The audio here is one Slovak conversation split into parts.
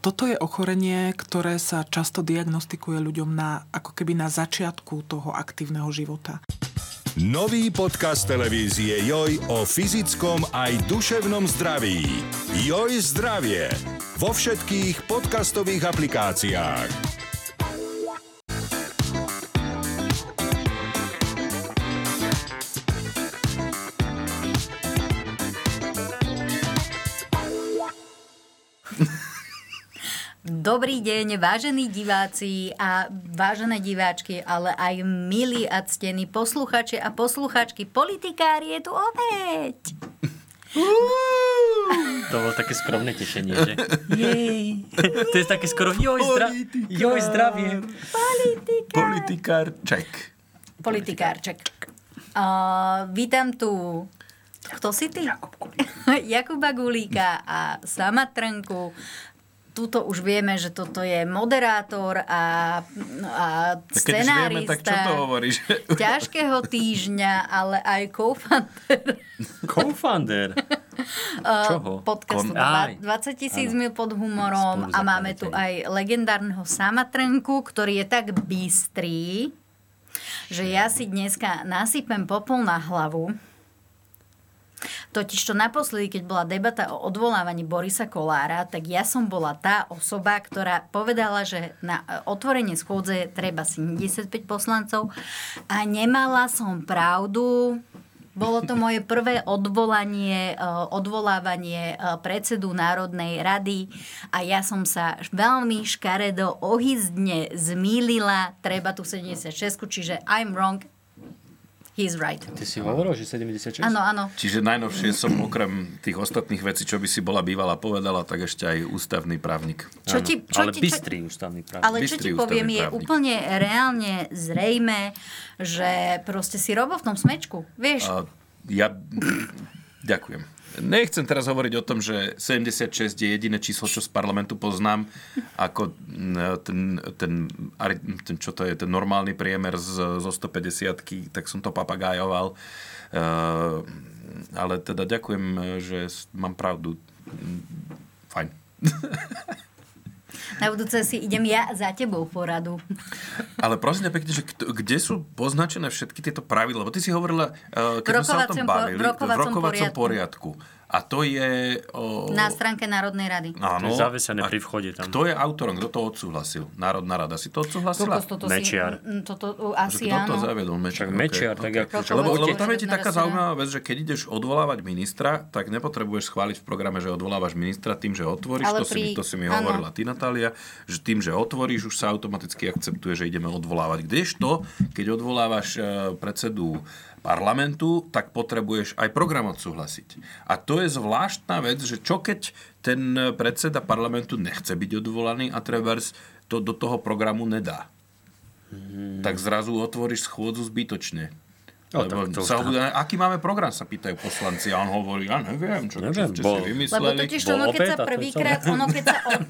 Toto je ochorenie, ktoré sa často diagnostikuje ľuďom na, ako keby na začiatku toho aktívneho života. Nový podcast televízie Joj o fyzickom aj duševnom zdraví. Joj zdravie. Vo všetkých podcastových aplikáciách. Dobrý deň, vážení diváci a vážené diváčky, ale aj milí a ctení posluchači a posluchačky. Politikár je tu opäť. To bolo také skromné tešenie, že? Jej. To je také skoro, joj, zdra... joj zdravie. Politikár Ček. Politikárček. Uh, vítam tu... Kto si ty? Jakuba Gulíka a Sama Trnku. Tuto už vieme, že toto je moderátor a, a Tak keď už vieme, scenárista. tak čo to hovoríš? ťažkého týždňa, ale aj koufant Co-founder. Čoho? Eh, podcastu Kon- dva- Aj. 20 tisíc mil pod humorom a Spoluzakladateľ. máme tu aj legendárneho samatrnku, ktorý je tak bystrý, že ja si dneska nasypem popol na hlavu. Totiž to naposledy, keď bola debata o odvolávaní Borisa Kolára, tak ja som bola tá osoba, ktorá povedala, že na e, otvorenie schôdze je treba 75 poslancov a nemala som pravdu. Bolo to moje prvé odvolanie, e, odvolávanie e, predsedu Národnej rady a ja som sa veľmi škaredo ohyzdne zmýlila. Treba tu 76, čiže I'm wrong, he's right. Ty si hovoril, že 76? Áno, áno. Čiže najnovšie som okrem tých ostatných vecí, čo by si bola bývala povedala, tak ešte aj ústavný právnik. Čo ti, čo ale ti, čo, bystrý ústavný práv. Ale čo ti Bystrý poviem, ústavný je právnik. úplne reálne zrejme, že proste si robo v tom smečku. Vieš, A ja... Ďakujem. Nechcem teraz hovoriť o tom, že 76 je jediné číslo, čo z parlamentu poznám, ako mm, ten, ten, ari- ten čo to je, ten normálny priemer z, zo 150 tak som to papagájoval. Uh, ale teda ďakujem, že s- mám pravdu. Mm, Fajn. na budúce si idem ja za tebou poradu. Ale prosím ťa pekne, že kto, kde sú poznačené všetky tieto pravidla? Lebo ty si hovorila, uh, V keď sme sa o rokovacom tom po- v bavili, rokovacom poriadku. A to je... O, No, Na stránke Národnej rady. To je Áno. zavesené A pri vchode tam. Kto je autorom? Kto to odsúhlasil? Národná rada si to odsúhlasila? Kokos, toto si- Mečiar. m, Toto uh, Že asi kto to áno. zaviedol? Mečiar. Však ok, Mečiar, ok. tak ako... Rokovacie Lebo, lebo tam Rokovacie je ti taká Národná zaujímavá vec, že keď ideš odvolávať ministra, tak nepotrebuješ schváliť v programe, že odvolávaš ministra tým, že otvoríš, Ale to, si, pri- mi- to si mi áno. hovorila ty, Natália, že tým, že otvoríš, už sa automaticky akceptuje, že ideme odvolávať. Kdežto, keď odvolávaš e, predsedu parlamentu, tak potrebuješ aj program odsúhlasiť. A to je zvláštna vec, že čo keď ten e, predseda parlamentu nechce byť odvolaný a trebárs to do toho programu nedá tak zrazu otvoríš schôdzu zbytočne. Mhm. No, Lebo tak to už sa tam- obudá, aký máme program, sa pýtajú poslanci a on hovorí, ja neviem, čo, Neviem, čo ste bol- si vymysleli. Lebo totiž to, bol ono, keď sa opäť a to je prvýkrát, celé. ono, keď sa, od,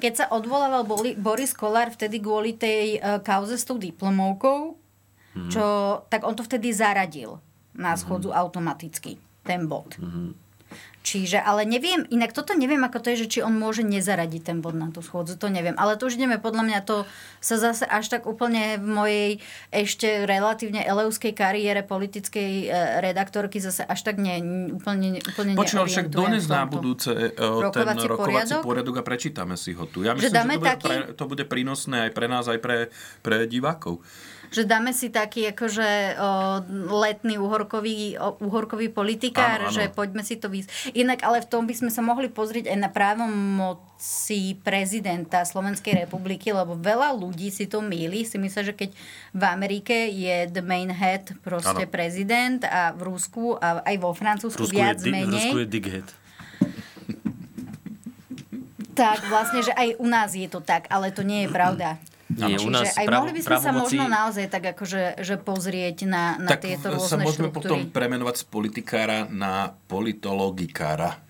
keď sa odvolával Boli, Boris Kolár vtedy kvôli tej uh, kauze s tou diplomovkou, čo, tak on to vtedy zaradil na schodzu automaticky, ten bod. Čiže, ale neviem, inak toto neviem, ako to je, že či on môže nezaradiť ten bod na tú schôdzu, to neviem. Ale to už ideme, podľa mňa to sa zase až tak úplne v mojej ešte relatívne eleuskej kariére politickej e, redaktorky zase až tak ne, úplne, úplne Počúval však neorientujem dones v na tomto. budúce e, o, ten Rokovací rokovací poriadok? poriadok? a prečítame si ho tu. Ja myslím, že, dáme to, bude taký- pre, to bude prínosné aj pre nás, aj pre, pre divákov. Že dáme si taký akože o, letný uhorkový, o, uhorkový politikár, Áno, áno. že poďme si to výsť. Inak, ale v tom by sme sa mohli pozrieť aj na právomoci prezidenta Slovenskej republiky, lebo veľa ľudí si to mýli. Si myslia, že keď v Amerike je the main head proste Áno. prezident a v Rusku a aj vo V Francúzsku Rusku je, viac di- v menej. Rusku je dighead. Tak vlastne, že aj u nás je to tak, ale to nie je pravda. Nie, u nás aj právo- mohli by sme sa právomoci- možno naozaj tak akože že pozrieť na, na tak tieto sa rôzne môžeme potom štruktúry. premenovať z politikára na politologikára.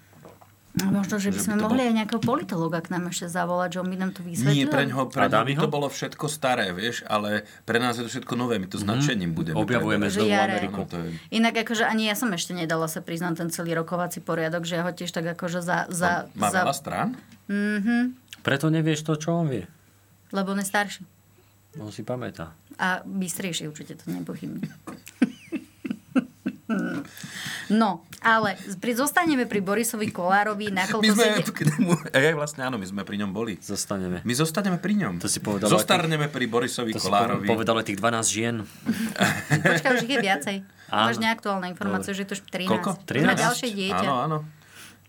No, možno, že by že by sme to mohli aj nejakého politologa k nám ešte zavolať, že on by nám to vysvetlil. Nie, pre ňoho, A pre dáme ňoho by to ho? bolo všetko staré, vieš, ale pre nás je to všetko nové, my to značením budeme. Mhm. Objavujeme Že znovu jare. Ameriku. No, to je... Inak akože ani ja som ešte nedala sa priznať ten celý rokovací poriadok, že ja ho tiež tak akože za... za, Má za... veľa strán? Preto nevieš to, čo on vie. lebo on je starší. On si pamätá. A bystrejší určite to nepochybne. No, ale pri, zostaneme pri Borisovi Kolárovi, nakoľko My sme, sedie- k nemu, aj vlastne áno, my sme pri ňom boli. Zostaneme. My zostaneme pri ňom. To si povedal, Zostarneme pri Borisovi To si Kolárovi. povedal aj tých 12 žien. Počkaj, už ich je viacej. Áno. Máš neaktuálne informácie, že je to už 13. Koľko? Už Má ďalšie dieťa. Áno, áno.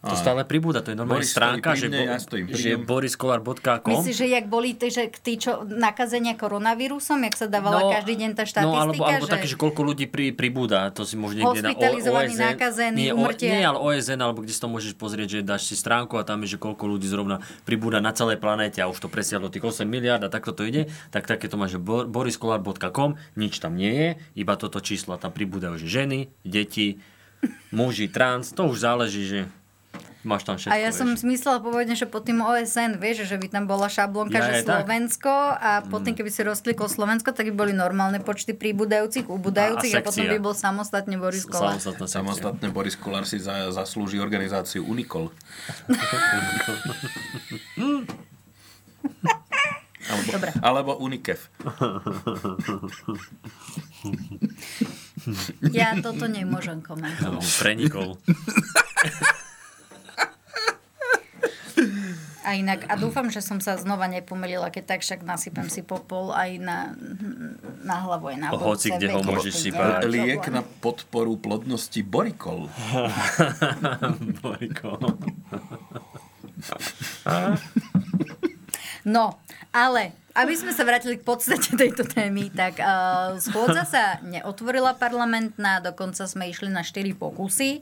To stále pribúda, to je normálne Boris stojí stránka, pri že, mne, ja stojím pri že ňom. boriskolár.com Myslíš, že jak boli tí, že tí, čo nakazenia koronavírusom, jak sa dávala každý deň tá štatistika, No, alebo, že... alebo také, že koľko ľudí pri, pribúda, to si môže niekde na O- Hospitalizovaní, OSN, nakazení, nie, úmrtie. nie, ale OSN, alebo kde si to môžeš pozrieť, že dáš si stránku a tam je, že koľko ľudí zrovna pribúda na celej planéte a už to presiahlo tých 8 miliard a takto to ide, tak takéto máš, že bo- boriskolár.com, nič tam nie je, iba toto číslo a tam pribúdajú, že ženy, deti, muži, trans, to už záleží, že máš tam všetko. A ja som vieš. si myslela pôvodne, že pod tým OSN, vieš, že by tam bola šablónka, Ja že aj tak. Mm. Slovensko a potom keby si rozklikol Slovensko, tak by boli normálne počty príbudajúcich, ubudajúcich a, A- a a potom sekcia. by bol samostatne Boris Kolár. Samostatná sekcia. Samostatne Boris Kolár si za, zaslúži organizáciu Unikol. alebo, Dobre. alebo Unikef. Ja toto nemôžem komentovať. No, prenikol. A inak, a dúfam, že som sa znova nepomýlila, keď tak však nasypem si popol aj na, na hlavu, aj na budúce, Hoci kde ho veď môžeš to nie je sypať. problém. Liek na podporu plodnosti Borikol. Borikol. No, ale aby sme sa vrátili k podstate tejto témy, tak uh, schôdza sa neotvorila parlamentná, dokonca sme išli na 4 pokusy,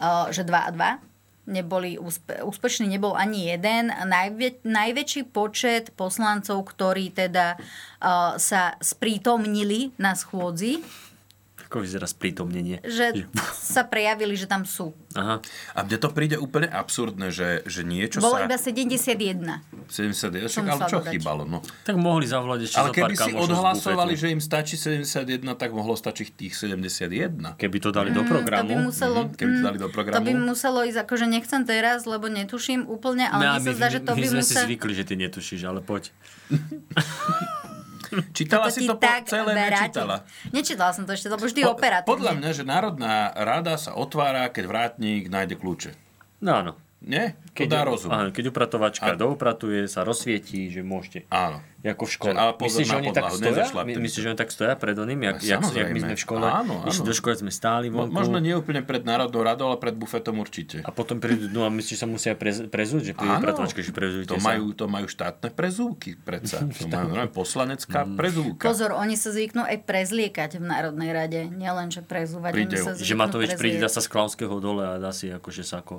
uh, že 2 a 2. Neboli úspe- úspešný nebol ani jeden. Najvie- najväčší počet poslancov, ktorí teda uh, sa sprítomnili na schôdzi, Ako vyzerá sprítomnenie? že sa prejavili, že tam sú. Aha. A mne to príde úplne absurdné, že, že niečo Bolo sa... iba 71. 71, však, Som ale čo musela dodať. chýbalo? No. Tak mohli zavolať ešte Ale za keby pár si kamošov z odhlasovali, bufetu. že im stačí 71, tak mohlo stačiť tých 71. Keby to dali Mm, To do by programu. muselo, Mhm, keby to mm, dali do programu. To by muselo ísť, akože nechcem teraz, lebo netuším úplne, ale mne sa zdá, že to No, my by sme si muselo... zvykli, že ty netušíš, ale poď. Čítala si to po celé, vráti. nečítala. Nečítala som to ešte, lebo vždy Po- operatívne. Podľa mňa, že Národná rada sa otvára, keď vrátnik nájde kľúče. No áno. Nie? To dá rozum. Áno, keď upratovačka A- doupratuje, sa rozsvietí, že môžete. Áno. Ako v škole. Že- ale pozor Myslíš, že na oni tak podlahu, stoja? nezašľapte. My- Myslíš, že oni tak stoja pred oným, jak, No, jak, jak my samozrejme. sme v škole? Áno, áno. Išli do školy, sme stáli Mo- vonku. Možno nie úplne pred Národnou radou, ale pred bufetom určite. A potom prídu, no a myslíš, že sa musia prez, prezúť, že prídu upratovačky, že prezujte to sa. majú, to majú štátne prezúvky predsa. To majú normálne poslanecká Mm. prezúvka. Pozor, oni sa zvyknú aj prezliekať v Národnej rade. Nielen, že prezúvať, oni Príde- sa Že zvyknú Matovič príde, dá prezliekať. sa z Klauského dole a dá si akože sako.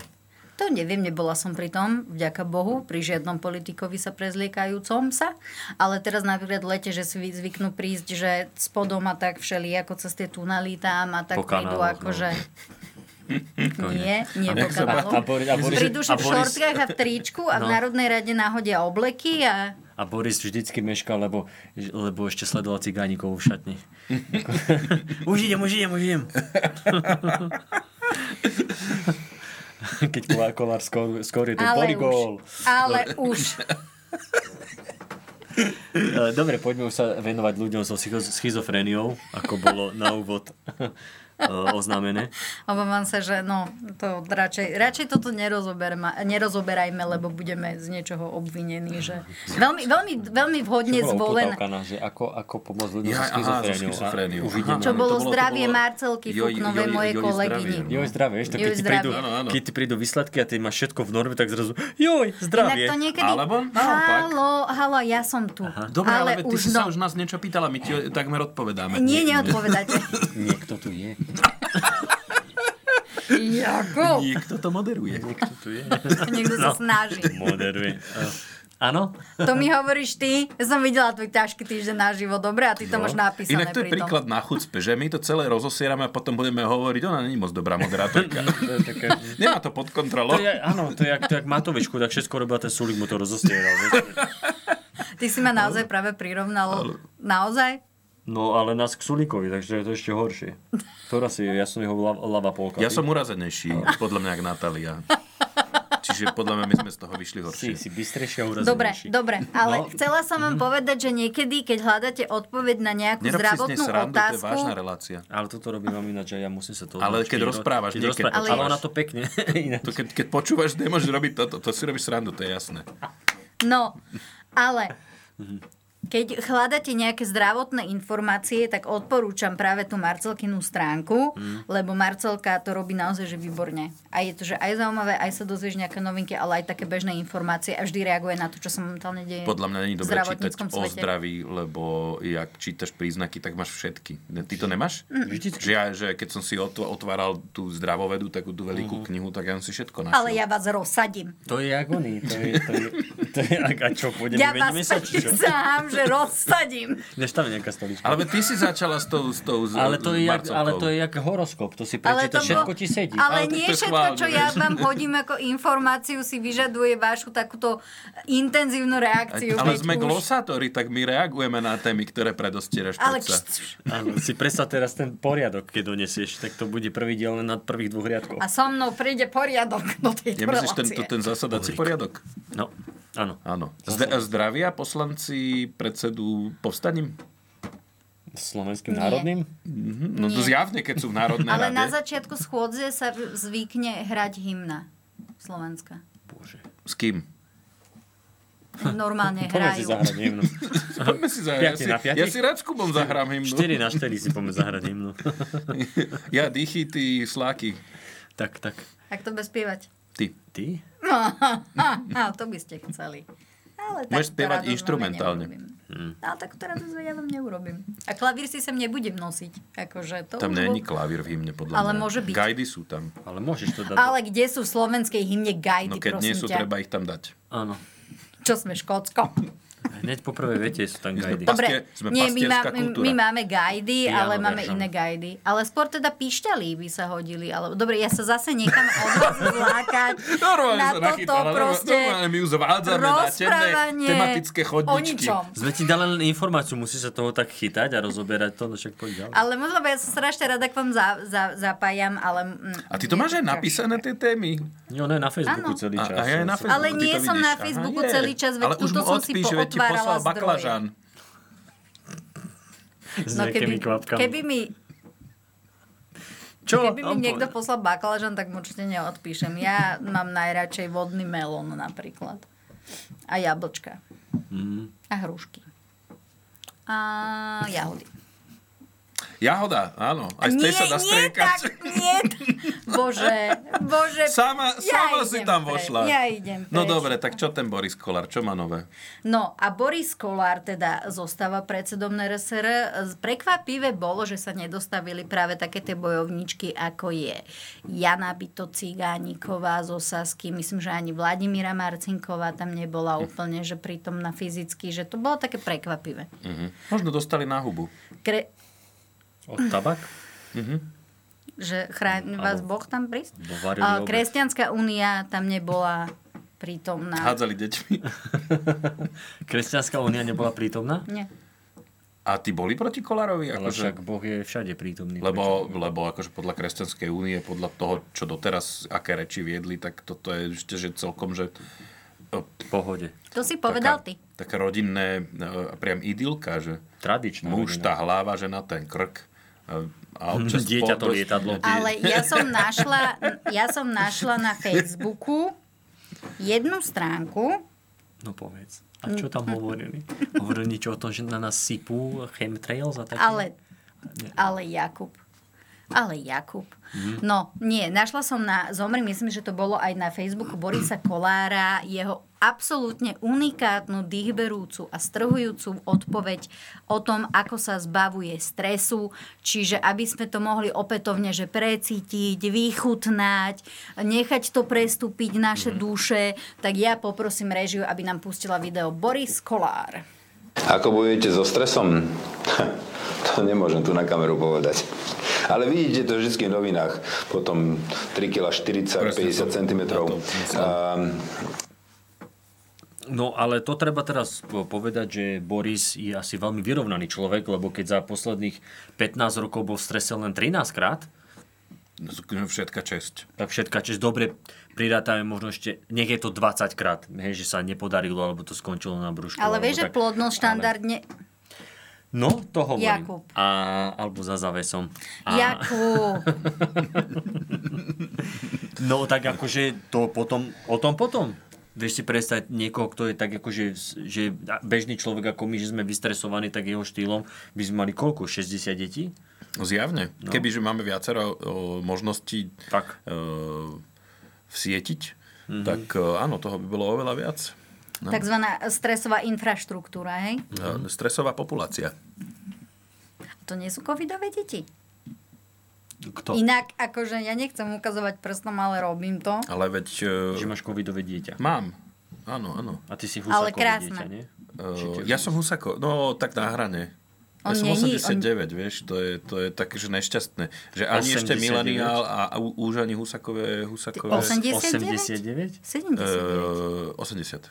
To neviem, nebola som pri tom, vďaka Bohu, pri žiadnom politikovi sa prezliekajúcom sa, ale teraz napríklad v lete, že si vy- zvyknú prísť, že spodom a tak všeli, ako cez tie tunely tam a tak Po prídu kanáloch, no. akože... Nie, nie po sa kanáloch. a Boris- a Boris- Prídu, že a v Boris- šortkách a v tričku No. a v Národnej rade nahodia obleky a A Boris vždycky meškal, lebo, lebo ešte sledoval cigánikov v šatni. už idem, už idem, už idem. Keď kolár, kolár skor, skor je to ale body už, goal. ale už. E, Dobre, poďme už sa venovať ľuďom so schizo- schizofréniou, ako bolo na úvod e, oznámené. Obávam sa, že no, to radšej, radšej toto nerozoberma, nerozoberajme, lebo budeme z niečoho obvinení, že veľmi, veľmi, veľmi vhodne Čo bola zvolená. uputávka na, že ako, ako pomôcť ľuďom Ja, so aha, so schizofréniou. schizofréniou. A Už Aha. ideme. Čo Áno, to bolo bolo- to zdravie bolo- Marcelky Joj, Fuknovej, joj, mojej joj, kolegyni. zdravie, no. Joj, zdravie, vieš to, Joj, keď, ti prídu, zdravie. Áno, áno. keď ti prídu výsledky a ty máš všetko v norme, tak zrazu, joj, Inak zdravie. to niekedy... Alebo naopak. halo, halo, ja som tu. Dobre, ale, veď ty si už sa no. už nás niečo pýtala, my ti o- takmer odpovedáme. Nie, neodpovedáte. Niekto tu je. Jako? Niekto to moderuje. Niekto tu je. Niekto No. sa snaží. Moderuje. Eh, Áno? To mi hovoríš ty. Ja som videla tvoj ťažký týždeň na život, dobre? A ty to máš napísané Inak to je pritom. príklad na chucpe, že my to celé rozosierame a potom budeme hovoriť, ona není moc dobrá moderátorka. Mm, To je také... Nemá to pod To kontrolou. je, áno, to je jak, to je jak Matovič, chudák všetko robil a ten Sulik mu to rozostieral. vieš. Ty si ma naozaj práve prirovnal. Naozaj? No ale nás k Sulikovi, takže je to ešte horšie. Ktorá si, ja som jeho la- lava polka. Ja som urazenejší, podľa mňa, jak Natália. Či Čiže podľa mňa my sme z toho vyšli horšie. Si, si bystrejšia a Dobre, urazumnejší. dobre, ale No. no. chcela som vám povedať, že niekedy, keď hľadáte odpoveď na nejakú Nerob Mhm. si z nej zdravotnú srandu, to je otázku, vážna relácia. Ale toto robím vám ináč, a ja musím sa to... Ale keď rozprávaš, nie, keď ale, počúvaš. ale ona to pekne. ináč. To keď, keď počúvaš, nemôžeš robiť toto. To si robíš srandu, to je jasné. no, ale Mhm. keď hľadáte nejaké zdravotné informácie, tak odporúčam práve tú Marcelkinu stránku, Mhm. lebo Marcelka to robí naozaj že výborne. A je to, že aj zaujímavé, aj sa dozvieš nejaké novinky, ale aj také bežné informácie a vždy reaguje na to, čo sa momentálne deje. Podľa mňa v není dobré čítať zdravotníckom o svete. zdraví, lebo jak čítaš príznaky, tak máš všetky. Ne- Mm. Ty to nemáš? Vždycky. Že, ja, že keď som si otv- otváral tú zdravovedu, takú tú Mhm. veľkú knihu, tak ja som si všetko našiel. Ale ja vás rozsadím. To je jak oni. To je, to je, to je, a a čo, pôjdeme, Ja vás vymeníme sa, či čo? sám, že rozsadím. Než tam je nejaká stolička. Ale veď ty si začala s tou, s tou z- Ale to, je s jak, Marcelkou. ale to je jak horoskop, to si Ale prečítaš, všetko ti sedí. Ale Ale, tak nie to je všetko, čo schválne, ja vieš. vám hodím ako informáciu, si vyžaduje vašu takúto intenzívnu reakciu. Ale veď sme už- glosátori, tak my reagujeme na témy, ktoré predostieraš. Ale predsa. kšt- Áno, si predstav teraz ten poriadok, keď donesieš, tak to bude prvý diel len nad prvých dvoch riadkov. a so mnou príde poriadok do tej Nemyslíš ten, relácie. ten zasadací poriadok? No, áno. Áno. Zd- zdravia poslanci predsedu povstaním? Slovenským Nie. národným? No to Nie. zjavne, keď sú v Národnej Ale rade. na začiatku schôdze sa v- zvykne hrať hymna Slovenska. Bože. S kým? Normálne Poďme si hrajú. zahrať No. hymnu. Poďme si zahrať. Ja, Piatý si, na piatý? ja si rád s Kubom zahrám hymnu. 4 na 4 si poďme zahrať hymnu. Ja dýchy, ty sláky. tak, tak. Ak to bude spievať. Ty. Ty? Á, to by ste chceli. Ale takúto Môžeš spievať Hm. radosť vám ja inštrumentálne. neurobím. No, tak to radosť ja vám neurobím. A klavír si sem nebudem nosiť. Akože to Tam už není bol- klavír v hymne, podľa Ale mňa. môže byť. Gajdy sú tam. Ale môžeš to dať. Ale kde sú v slovenskej hymne gajdy, No keď prosím nie sú, ťa? treba ich tam dať. Áno. Čo sme, Škótsko? Hneď po prvej vete sú tam sme gajdy. pas- Dobre, sme nie, my, má, pastierská my, kultúra. my máme gajdy, Ja ale no, máme veržam. iné gajdy. Ale skôr teda píšťalí by sa hodili. Ale, dobre, ja sa zase nechám od vás zlákať Normálne na sa toto nachytala, proste normálne my ju zvádzame na temné rozprávanie tematické o chodničky. ničom. Sme ti dali len informáciu, musí sa toho tak chytať a rozoberať to, no však poď ďalej. Ale možno, lebo ja sa strašne rada k vám za, za, zapájam, ale... Mm, A ty to máš aj nie- napísané tie témy? Jo, ne, na Facebooku Áno. celý A, čas. a ja aj na Facebooku. Ale ty nie to som vidíš. na Facebooku je. celý čas, veď Ale už túto mu som si odpíš, veď ti pootvárala poslal zdroje. baklažan. S No nejakými keby, kvapkami. keby mi Čo? Keby mi Tam niekto No, povedz. poslal baklažan, tak mu určite neodpíšem. Ja mám najradšej vodný melón napríklad. A jablčka. Mm. A hrušky. A jahody. Jahoda, áno. Aj z tej sa dá nie tak, striekať. nie tak. Bože, bože. Sama, sama si idem tam preč, vošla. Ja idem preč. No dobre, tak čo ten Boris Kolár, čo má nové? No a Boris Kolár teda zostáva predsedom NRSR. Prekvapivé bolo, že sa nedostavili práve také tie bojovničky, ako je Jana Bito Cigániková zo Sasky. Myslím, že ani Vladimíra Marcinková tam Hm. nebola úplne, že prítomná fyzicky, že to bolo také prekvapivé. Mhm. Možno dostali na hubu. Kre- Od tabak? že chráň vás Alebo- Boh tam prísť. alebo varili A obed. Kresťanská únia tam nebola prítomná. Hádzali deťmi. Kresťanská únia nebola prítomná? Nie. A ty boli proti Kolárovi? Ale Akože, však Boh je všade prítomný. lebo, lebo akože podľa Kresťanskej únie, podľa toho, čo doteraz, aké reči viedli, tak toto je ešte že celkom, že o, v pohode. To si povedal ty. taká, také rodinné, e, priam idylka, že Tradičná muž, rodina. tá hlava, žena, ten krk. e, A občas Dieťa to po- lietadlo. Ale ja som našla, ja som našla na Facebooku jednu stránku. No povedz. A čo tam hovorili? Hovorili niečo o tom, že na nás sypú chemtrails a také? Ale, ale Jakub. Ale Jakub. No, nie, našla som na Zomri, myslím, že to bolo aj na Facebooku Borisa Kolára, jeho absolútne unikátnu, dýchberúcu a strhujúcu odpoveď o tom, ako sa zbavuje stresu, čiže aby sme to mohli opätovne že precítiť, vychutnať, nechať to prestúpiť naše duše, tak ja poprosím režiu, aby nám pustila video Boris Kolár. Ako bojujete so stresom? to nemôžem tu na kameru povedať. Ale vidíte to vždy v novinách. Potom 3 kg 40, Presne 50 to- cm. na to myslím. No ale to treba teraz po- povedať, že Boris je asi veľmi vyrovnaný človek, lebo keď za posledných 15 rokov bol v strese len 13 krát, Všetka česť. tak všetka, čiže dobre prirátame možno ešte, nech je to 20 krát, hej, že sa nepodarilo, alebo to skončilo na brúšku. Ale alebo vieš, že No, tak. plodnosť štandardne... Ale- No, to hovorím. Jakub. A, alebo za závesom. A, Jakú? No, tak akože to potom, o tom potom. Vieš si predstaviť niekoho, kto je tak akože, že bežný človek ako my, že sme vystresovaní tak jeho štýlom, by sme mali koľko? 60 detí? Zjavne. No. Kebyže máme viacero o, možností Tak. Mhm. o, vsietiť, mm-hmm. tak o, áno, toho by bolo oveľa viac. No. Takzvaná stresová infraštruktúra, hej? Mhm. E, Stresová populácia. To nie sú covidové deti. Kto? Inak, akože ja nechcem ukazovať prstom, ale robím to. Ale veď... Že e, máš covidové dieťa. Mám. Áno, áno. A ty si Ale husákové krásne. dieťa, nie? Uh, ja som Husako, no tak na hrane. On Ja som není, 89, vieš, to je, to je také, že nešťastné. Že ani 89? ešte mileniál a, a u- už ani Husakové, Husakové... 89? 89? 79? Uh, 80.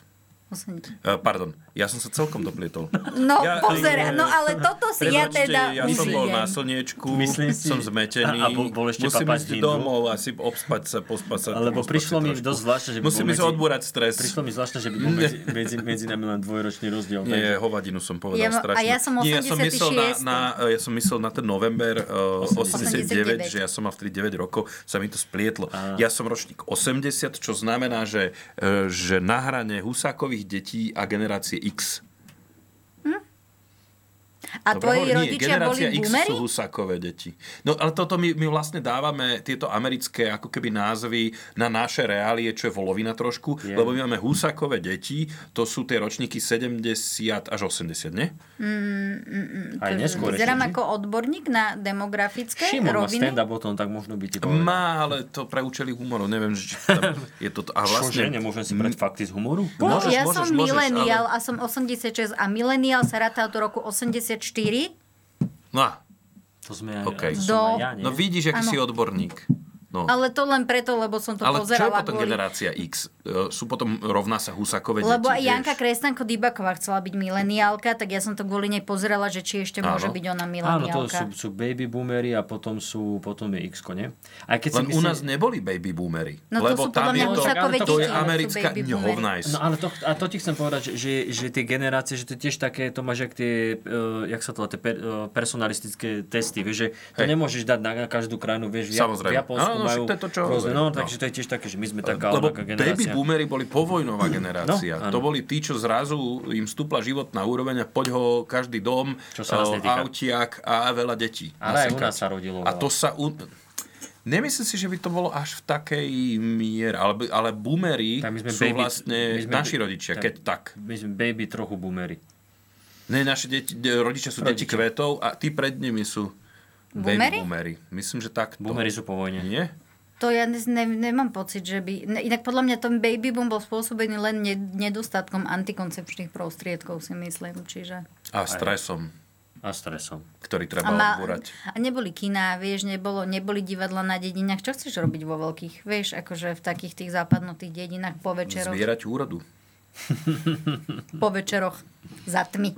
80. Uh, pardon, ja som sa celkom doplietol. No, Ja- pozera, no ale toto si ja Prepačte, teda ja som bol na myslím. slniečku, Myslím si- som zmetený, A- a bol- bol ešte musím papať ísť hindu. domov, asi obspať sa, pospať sa. Alebo pospať prišlo sa mi trošku. dosť zvláštne, že by bol Musím ísť medzi- odbúrať stres. Prišlo mi zvláštne, že by bol medzi, medzi, medzi nami len dvojročný rozdiel. Nie, hovadinu som povedal Ja ma- a strašne. ja som Nie, ja som myslel na, 86. na, ja som myslel na ten november uh, 89, 89, že ja som mal vtedy 9 rokov, sa mi to splietlo. Ja som ročník 80, čo znamená, že, uh, že na hrane Husákových detí a generácie X. A tvoji hovorím, rodičia boli generácia X sú boomeri? Husákové deti. No ale toto my, my vlastne dávame tieto americké ako keby názvy na naše reálie, čo je volovina trošku, Je. lebo my máme Husákové deti, to sú tie ročníky 70 až 80, nie? Aj neskôr. Hm, Vyzerám ešte, že? ako odborník na demografické Šimon má roviny. stand-up o tom, tak možno by ti povedal. Má, ale to pre účely humoru, neviem, že či tam je to... A Čože, vlastne... nemôžem si brať fakty z humoru? Môžeš, ja môžeš, som môžeš, mileniál a som 86 a mileniál sa ráta od roku 84 No, a- To sme aj, Okej. to som Do- aj ja, nie? no vidíš, aký Áno. si odborník. No. Ale to len preto, lebo som to ale čo je pozerala potom kvôli- generácia X? E, Sú potom rovná sa Husakové Lebo aj deti, Janka vieš? Krestanko Dybaková chcela byť mileniálka, tak ja som to kvôli nej pozerala, že či ešte Áno. môže byť ona Áno, to sú, mileniálka. sú baby boomery a potom sú, potom je x nie? Aj keď si Len u myslím- nás neboli baby boomery. No to lebo sú podľa tam je mňa to, Husakové to deti, je ale sú americká baby boomery. hovnajs. No ale to, a to ti chcem povedať, že, že, že tie generácie, že to je tiež také, to máš jak tie, uh, jak sa to volá, tie per, uh, personalistické testy, vieš, že to Hej. nemôžeš dať na, na každú krajinu, vieš, v Ja- v Samozrejme. Japonsku Áno, no, majú však to je to, čo rôzne, hovorím, no, no. takže to je tiež také, že my sme taká Lebo onaká baby generácia. boomery boli povojnová generácia. No, áno. to boli tí, čo zrazu im stúpla životná úroveň a poď ho každý dom, Čo sa nás e, netýka. autiak a veľa detí. Ale aj u nasekať. nás sa rodilo A veľa. to sa... U... Nemyslím si, že by to bolo až v takej miere, ale, ale boomery Tak my sme sú baby- vlastne my sme- naši rodičia, tak. keď tak. My sme baby trochu boomery. Ne, naše deti, de- rodičia sú deti kvetov a tí pred nimi sú Boomery? baby boomery. Myslím, že takto. Boomery sú po vojne. Nie? To ja ne, ne, nemám pocit, že by... Ne, inak podľa mňa ten baby boom bol spôsobený len ne, nedostatkom antikoncepčných prostriedkov, si myslím. Čiže... A stresom, A stresom. ktorý A, treba ma, odbúrať. a neboli kina, vieš, nebolo, neboli divadla na dedinách. Čo chceš robiť vo veľkých, vieš, akože v takých tých západnutých dedinách po večeroch, Zbierať úrodu. po večeroch za tmy.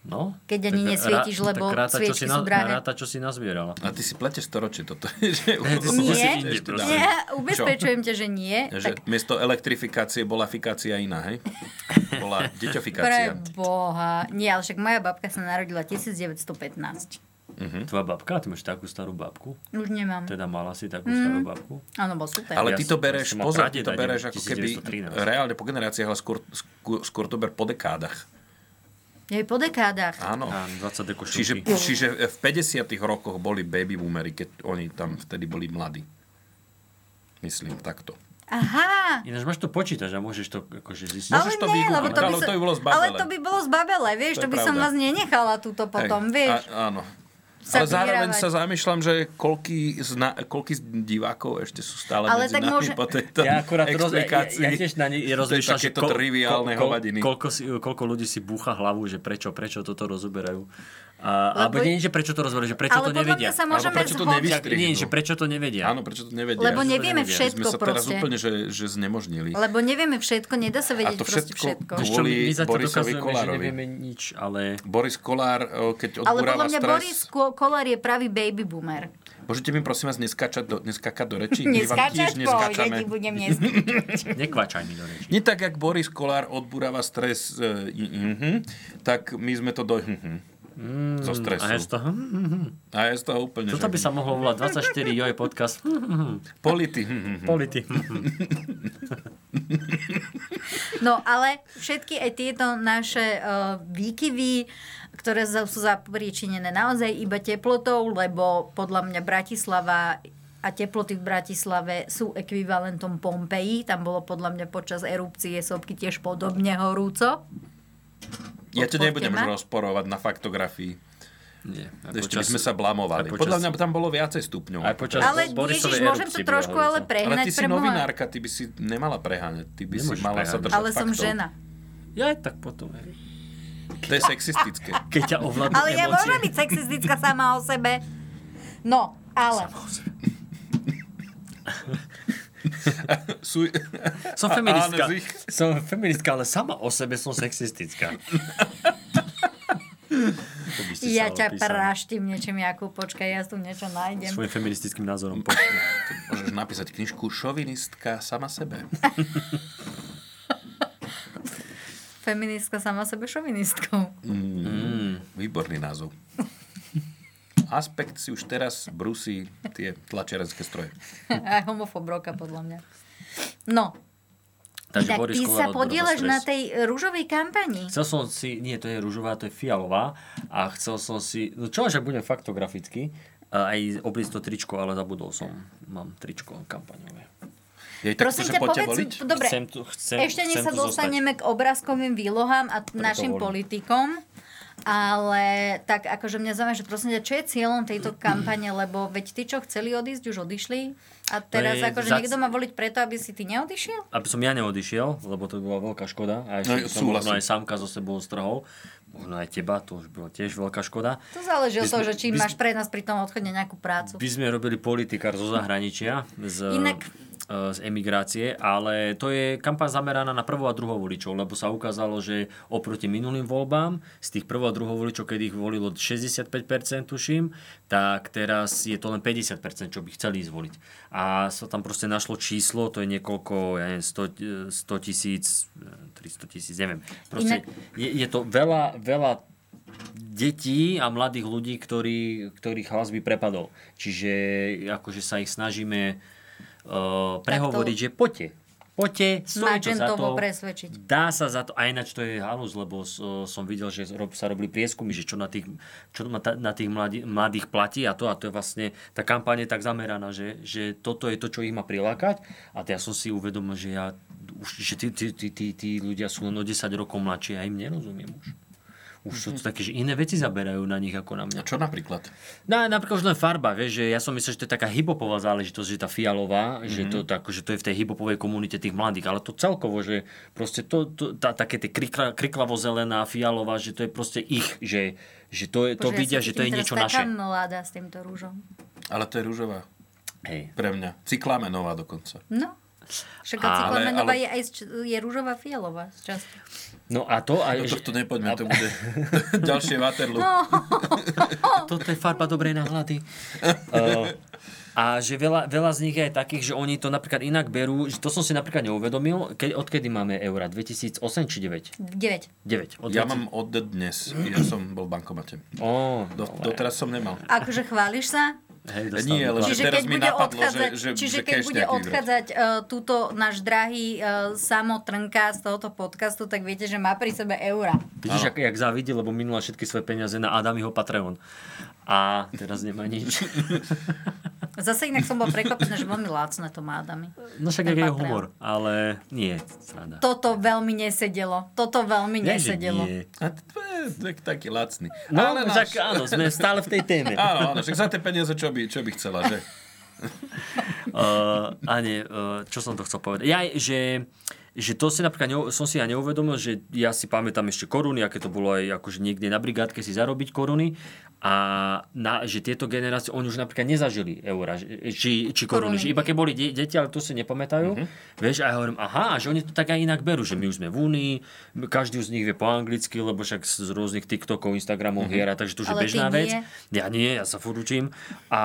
No. Keď ani nesvietiš, lebo sviečky sú drahé. Ráta, čo si nazbierala. A ty si plete storočie toto. ty si že urobíš Nie, inde, ešte prosím. ďalej. nie, ubezpečujem ťa, že nie. Čo? Že Tak miesto elektrifikácie bola fikácia iná, hej? Bola deťofikácia. pre boha. Nie, ale však moja babka sa narodila 1915. Mhm. Tvoja babka, ty máš takú starú babku? Už nemám. Teda mala si Mhm. takú starú babku? Áno, bol super. Ale Ja ty som- to bereš, som mal pozor, pradeda, ty to bereš ako keby 1913. reálne po generáciách, ale skôr, skôr, skôr to ber po dekádach. Je po dekádach. Áno. Áno, 20 deko No. Čiže, šunky. čiže v 50 rokoch boli baby boomery, keď oni tam vtedy boli mladí. Myslím takto. Aha. Ináč máš to počítač a môžeš to akože zistiť. Ale Môžeš to nie, vygoogliť, lebo to by, ale sa- to by bolo zbabele. ale to by bolo zbabele, vieš, To to, je by som pravda. vás nenechala túto potom, Hej, vieš. A, áno. sa Ale zároveň vydierávať. sa zamýšľam, že koľký, zna, koľký z divákov ešte sú stále Ale medzi tak nami môže- po tejto ja akurát roz, ja, explikácii. ja tiež na nej To je rozmýšľam, že takéto triviálne hovadiny. koľko, si, koľko ľudí si búcha hlavu, že prečo, prečo toto rozoberajú. A, Lebo- alebo nie, že prečo to rozoberajú, že prečo Ale to podľa mňa nevedia. sa môžeme prečo to zhodnúť. nevystrihnú. nie, že prečo to nevedia. Áno, prečo to nevedia? Lebo nevieme nevedia. My sme všetko sa teraz proste. úplne, že, že znemožnili. Lebo nevieme všetko, nedá sa A vedieť to proste všetko- všetko. Vieš čo, my, my Kvôli zatiaľ Borisovi dokazujeme, že Kolárovi. nevieme nič, ale... Boris Kolár, e, keď Ale podľa odburáva mňa stres... Boris Ko- Kolár je pravý baby boomer. Môžete mi prosím vás neskáčať do, neskákať do reči? My vám tiež Neskáčať pohode, neskáčame. ti budem neskáčať. Nekvačaj mi do reči. Nie tak, jak Boris Kolár odburáva stres, e, i- mhm, tak my sme to do... mhm, zo stresu. Mm, A je to, hm, hm, hm. A je to úplne... Toto že- by sa mohlo volať 24 joj podcast. Hm, hm, hm. Polity. mhm, mhm. Polity. Hm, hm. No ale všetky aj tieto naše uh, výkyvy, ktoré za- sú zapríčinené naozaj iba teplotou, lebo podľa mňa Bratislava a teploty v Bratislave sú ekvivalentom Pompeji. Tam bolo podľa mňa počas erupcie sopky tiež podobne horúco. Ja to Podporte nebudem ma. už rozporovať na faktografii. Nie. aj Ešte by počas- sme sa blamovali. aj počas- Podľa mňa tam bolo viacej stupňov. Aj počas Ale Borisovej Ježiš, môžem to erupcie trošku bolo ale horúco. Ale prehnať. ty si pre Boha. novinárka, ty by si nemala preháňať. Ty by si Nemôžeš mala sa preháňať. držať Ale som faktov. žena. Ja aj tak potom. hej. To je sexistické. Keď ťa ovládnu Ale ja emócie. môžem byť sexistická sama o sebe. No, ale... Sú... Som feministka. Áno, z ich- Som feministka, ale sama o sebe som sexistická. To by ste sa Ja ťa opísali. praštím niečím, Jakub, počkaj, ja tu niečo nájdem. Svojim feministickým názorom. Môžeš napísať knižku Šovinistka sama sebe. Feministka sama sebe šovinistkou. Výborný názov. Aspekt si už teraz brusí tie tlačiarenské stroje. Aj homofobroka, podľa mňa. No, Takže tak Boris ty Kolár sa odborová podielaš stres. na tej e, rúžovej kampani. Chcel som si, nie, to je rúžová, to je fialová a chcel som si, no čo až ak budem faktograficky, a aj obliecť to tričko, ale zabudol som. Mám tričko kampaňové. Jej, tak Prosím Prosím ťa, chceš poďte povedz, voliť? dobre, Chcem tu- chcem- ešte než chcem sa tu dostaneme k obrázkovým výlohám a t- našim volím. politikom, ale tak akože mňa zaujíma, že prosím ťa, čo je cieľom tejto kampane, lebo veď ty, čo chceli odísť, už odišli a teraz je akože zac- niekto má voliť preto, aby si ty neodišiel? Aby som ja neodišiel, lebo to by bola veľká škoda. A No, ešte by som súhlasím. možno aj samka zo sebou strhol. Možno aj teba, to už bolo tiež veľká škoda. To záleží od By toho, sme- že či by sme- máš pre nás pri tom odchode nejakú prácu. By sme robili politikár zo zahraničia, z, Inak- e, z emigrácie, ale to je kampaň zameraná na prvo a druhou voličov, lebo sa ukázalo, že oproti minulým voľbám, z tých prvo a druhou voličov, keď ich volilo 65%, tuším, tak teraz je to len 50%, čo by chceli ísť voliť. A sa tam proste našlo číslo, to je niekoľko, ja neviem, 100 100 tisíc, e, 300 tisíc, neviem. Inak- Proste je, je to veľa, veľa detí a mladých ľudí, ktorí, ktorých hlas by prepadol. Čiže akože sa ich snažíme uh, prehovoriť, že poďte. Poďte, stojí to za Magentovo to. presvedčiť. Dá sa za to. A ináč to je halus, lebo s- e, som videl, že rob, sa robili prieskumy, že čo na tých, čo na, ta- na tých mladí, mladých platí a to. A to je vlastne, tá kampaň je tak zameraná, že, že toto je to, čo ich má prilákať. A ja som si uvedomil, že ja už, že tí, tí, tí, tí, tí ľudia sú len o 10 rokov mladší a ja im nerozumiem už. Už sú to také, že iné veci zaberajú na nich ako na mňa. Čo napríklad? No, napríklad už len farba, vieš, že ja som myslel, že to je taká hiphopová záležitosť, že tá fialová, mm-hmm. že, to, tak, že to je v tej hiphopovej komunite tých mladých, ale to celkovo, že proste to, to tá, také tie krikla, kriklavo-zelená fialová, že to je proste ich, že, že to, je, to Bože, ja vidia, sa že to je cítim teraz niečo taká naše. mladá s týmto rúžom. Ale to je rúžová. Hej. Pre mňa. Cyklamenová dokonca. No. Však Ale- cyklamenová ale- je aj z č- je rúžová fialová z časti. No a to, a, No že, to nepoďme, to bude ďalšie Waterloo. No. toto je farba dobrej náhľady. Uh, a že veľa, veľa z nich je aj takých, že oni to napríklad inak berú, že to som si napríklad neuvedomil, keď, odkedy máme eura, 2008 či 9? 9. 9. Od Ja mám od dnes, ja som bol v bankomate. Oh, Do, doteraz som nemal. Akože chváliš sa? Hej, dostal Nie, mi ale- Čiže teraz keď mi bude napadlo, že- odchádzať, že- čiže že keď cash bude nejaký odchádzať uh, túto náš drahý uh, samotrnka z tohoto podcastu, tak viete, že má pri sebe eura. Vidíš, jak, jak závidí, lebo minula všetky svoje peniaze na Adamiho Patreon. A teraz nemá nič. Zase inak som bol prekvapená, že veľmi lácne to má Adami. No však Ten jak je Patreon. humor, ale nie, sranda. Toto veľmi nesedelo. Toto veľmi Nie, že nesedelo. nie. A to je tak- taký lacný. No, Ale náš- tak áno, sme stále v tej téme. Áno, áno, však za tie peniaze, čo by, čo by chcela, že? Uh, a nie, uh, čo som to chcel povedať? Ja, že, že to si napríklad neu, som si ja neuvedomil, že ja si pamätám ešte koruny, aké to bolo aj akože niekde na brigádke si zarobiť koruny a na, že tieto generácie, oni už napríklad nezažili eura, že- či, či koruny, že iba keď boli de- deti, ale to si nepamätajú, vieš, a ja hovorím, aha, že oni to tak aj inak berú, že my už sme v Únii, každý z nich vie po anglicky, lebo však z rôznych TikTokov, Instagramov, hier a takže to už je Ale ty bežná vec. nie. Ja nie, ja sa furt učím. A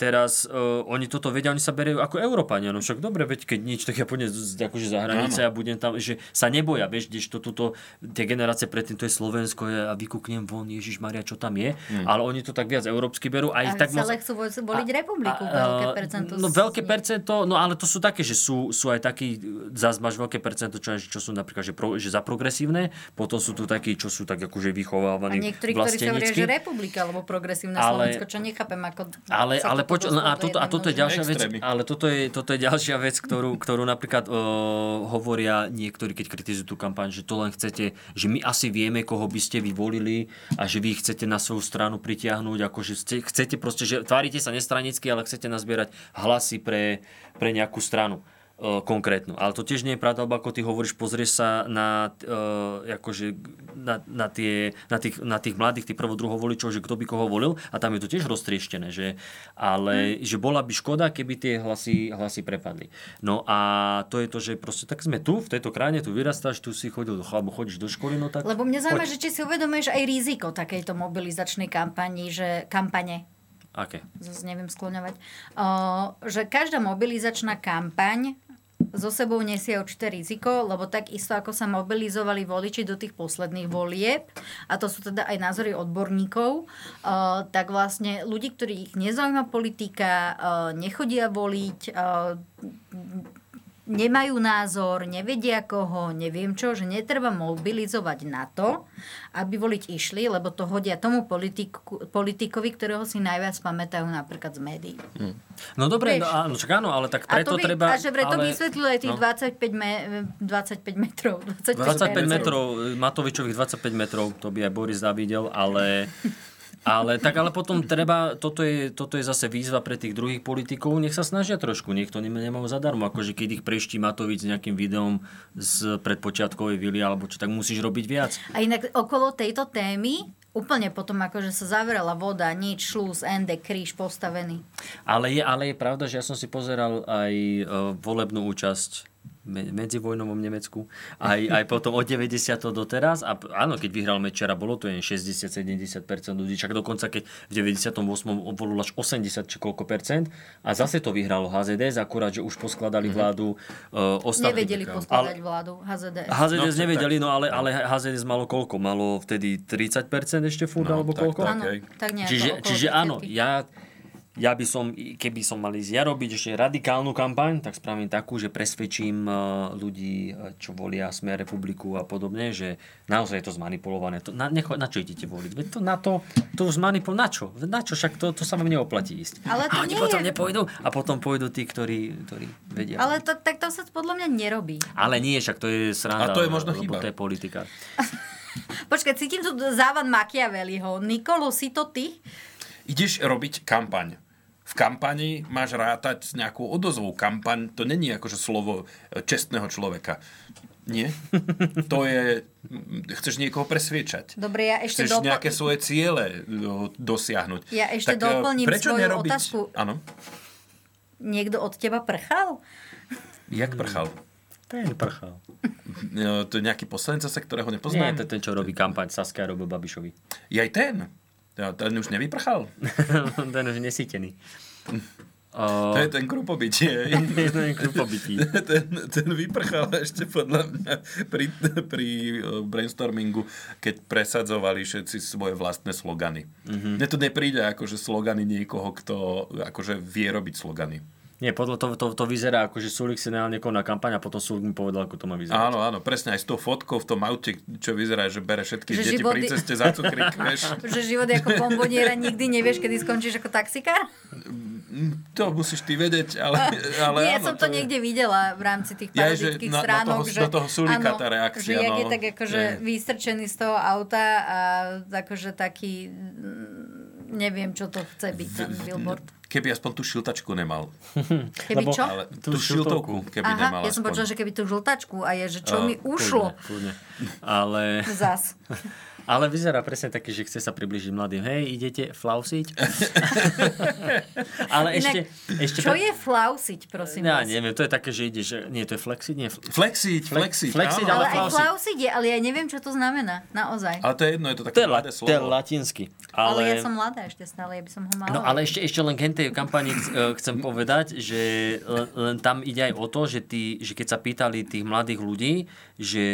teraz uh, oni toto vedia, oni sa berajú ako Európania. No však dobre, veď keď nič, tak ja pôjdem z- akože za hranice a budem tam, že sa neboja, vieš, když to tuto, tie generácie predtým, to je Slovensko je, a vykúknem von, Ježiš Maria, čo tam je. Ale oni to tak viac európsky berú. A, ich Ale tak moc... chcele chcú voj- voliť republiku, a, veľké a, percento. No z veľké nich. percento, no ale to sú také, že sú, sú aj takí, zás máš veľké percento, čo, čo sú napríklad, že, pro, že za progresívne, potom sú tu takí, čo sú tak akože A vychovávaní niektorí, ktorí sa hovoria, vlastenecky. že republika, alebo progresívne Ale- Slovensko, čo nechápem, ako... No, Ale, sa ale toto poč- no a, dostalo do toto, a jednej toto je množiny. ďalšia vec, Extrémy. ale toto je, toto je ďalšia vec, ktorú, ktorú napríklad uh, hovoria niektorí, keď kritizujú tú kampaň, že to len chcete, že my asi vieme, koho by ste vyvolili a že vy ich chcete na svoju stranu pritiahnuť, ako že ste, chcete proste, že tvárite sa nestranicky, ale chcete nazbierať hlasy pre, pre nejakú stranu e, konkrétnu. Ale to tiež nie je pravda, lebo ako ty hovoríš, pozrieš sa na, e, akože, na, na, tie, na, tých, na tých mladých, tých prvodruhov voličov, že kto by koho volil a tam je to tiež roztrieštené. Že, ale Mhm. že bola by škoda, keby tie hlasy, hlasy prepadli. No a to je to, že proste tak sme tu, v tejto krajine, tu vyrastáš, tu si chodil, alebo chodíš do školy, no tak... Lebo mňa zaujíma, že či si uvedomuješ aj riziko takejto mobilizačnej kampani, že kampane, Aké? zase neviem skloňovať, o, že každá mobilizačná kampaň so sebou nesie určité riziko, lebo takisto ako sa mobilizovali voliči do tých posledných volieb, a to sú teda aj názory odborníkov, o, tak vlastne ľudí, ktorých nezaujíma politika, o, nechodia voliť, o, nemajú názor, nevedia koho, neviem čo, že netreba mobilizovať na to, aby voliť išli, lebo to hodia tomu politiku, politikovi, ktorého si najviac pamätajú napríklad z médií. No dobre, Vieš. no, áno, čak áno, ale tak A, to preto by, treba... a že preto ale- ale... vysvetľuje aj tých no. no. 25, me, 25 metrov. 25, 25 metrov. metrov, Matovičových 25 metrov, to by aj Boris závidel, ale... Ale tak ale potom treba, toto je, toto je zase výzva pre tých druhých politikov, nech sa snažia trošku, nech to nem- nemajú zadarmo, akože keď ich preští Matovič s nejakým videom z predpočiatkovej vily alebo čo, tak musíš robiť viac. A inak okolo tejto témy úplne potom akože sa zavrela voda, nič, šlúz, ende, kríž postavený. Ale je, ale je pravda, že ja som si pozeral aj e, volebnú účasť me- medzivojnovom Nemecku, aj, aj potom od 90. do teraz. A p- áno, keď vyhral Mečera, bolo to jen 60-70% ľudí, čak dokonca keď v 98. obvolil až 80 či koľko percent. A zase to vyhralo HZDS, akurát, že už poskladali Mhm. vládu uh, ostatní. Nevedeli Ale- poskladať vládu HZDS. HZDS nevedeli, no ale, ale HZDS malo koľko? Malo vtedy 30% ešte furt, alebo No, tak, koľko? tak. Áno, Okej. tak nejako Čiže, okolo čiže áno, 30. ja, ja by som, i- keby som mal ísť ja robiť ešte radikálnu kampaň, tak spravím takú, že presvedčím eh, ľudí, eh, čo volia Smer republiku a podobne, že naozaj je to zmanipulované. To, na, necho, na čo idete voliť? Veď to na to, to zmanipul, na čo? Na čo? Však to, to sa vám neoplatí ísť. Ale to a oni nie potom je- nepôjdu a potom pôjdu tí, ktorí, ktorí vedia. Ale to, tak to sa podľa mňa nerobí. Ale nie, však to je sranda. A to je možno lebo chyba. To je politika. Počkaj, cítim tu závan Machiavelliho. Nikolo, si to ty? Ideš robiť kampaň. V kampani máš rátať s nejakou odozvou. Kampaň to není akože slovo e, čestného človeka. Nie. To je... mm, Chceš niekoho presviečať. Dobre, ja ešte Chceš dopl- nejaké svoje ciele no, dosiahnuť. Ja ešte e, doplním prečo svoju nerobiť... otázku. Áno. Niekto od teba prchal? Jak prchal? Ten prchal. E, To je nejaký poslanec zase, ktorého Nie, nepoznám? to je ten, čo robí kampaň Saskia robil Babišovi. Je aj ten. Ja, Ten už nevyprchal. No. ten už nesítený. To je ten krupobytie. Ten krupobytí. ten, ten vyprchal ešte podľa mňa pri, pri eh, brainstormingu, keď presadzovali všetci svoje vlastné slogany. Mm-hmm. Mne to nepríde ako, že slogany niekoho, kto akože vie robiť slogany. Nie, podľa to, to, to vyzerá ako, že Sulik si najal niekoho na kampaň a potom Sulik mi povedal, ako to má vyzerať. Áno, áno, presne aj s tou fotkou v tom aute, čo vyzerá, že bere všetky Že deti životy- pri ceste za cukrík, vieš. Že život je ako bomboniera, nikdy nevieš, kedy skončíš ako taxikár? To musíš ty vedieť, ale, ale Nie, ja áno, som to je- niekde videla v rámci tých Ja, že parodických na- na stránok. toho- že, na toho Sulíka tá reakcia, Že jak no. je tak akože Je. vystrčený z toho auta a akože taký... mm, Neviem, čo to chce byť ten billboard. Keby aspoň tú šiltačku nemal. Keby čo? no, Ale Tú tú, šiltovku, keby Aha, nemal ja som počula, že aspoň. keby tú žltačku a je, že čo mi Kľudne, ušlo. kľudne. Ale... Zas. Ale vyzerá presne taký, že chce sa približiť mladým. Hej, idete flausiť? Ale ešte... Inak, ešte Čo je flausiť, prosím Ja vás? neviem, to je také, že ideš... Nie, to je flexiť? Nie, fl- Flexiť, flexiť. flexiť, áno. Ale ale aj flausiť. flausiť je, ale ja neviem, čo to znamená, naozaj. Ale to je jedno, je to To také je, la, mladé to je slovo. latinsky. Ale, ja Ale... som mladá ešte stále, ja by som ho mala. No ale ešte, ešte len k tej kampani eh, chcem povedať, že len, len tam ide aj o to, že, tí, že keď sa pýtali tých mladých ľudí, že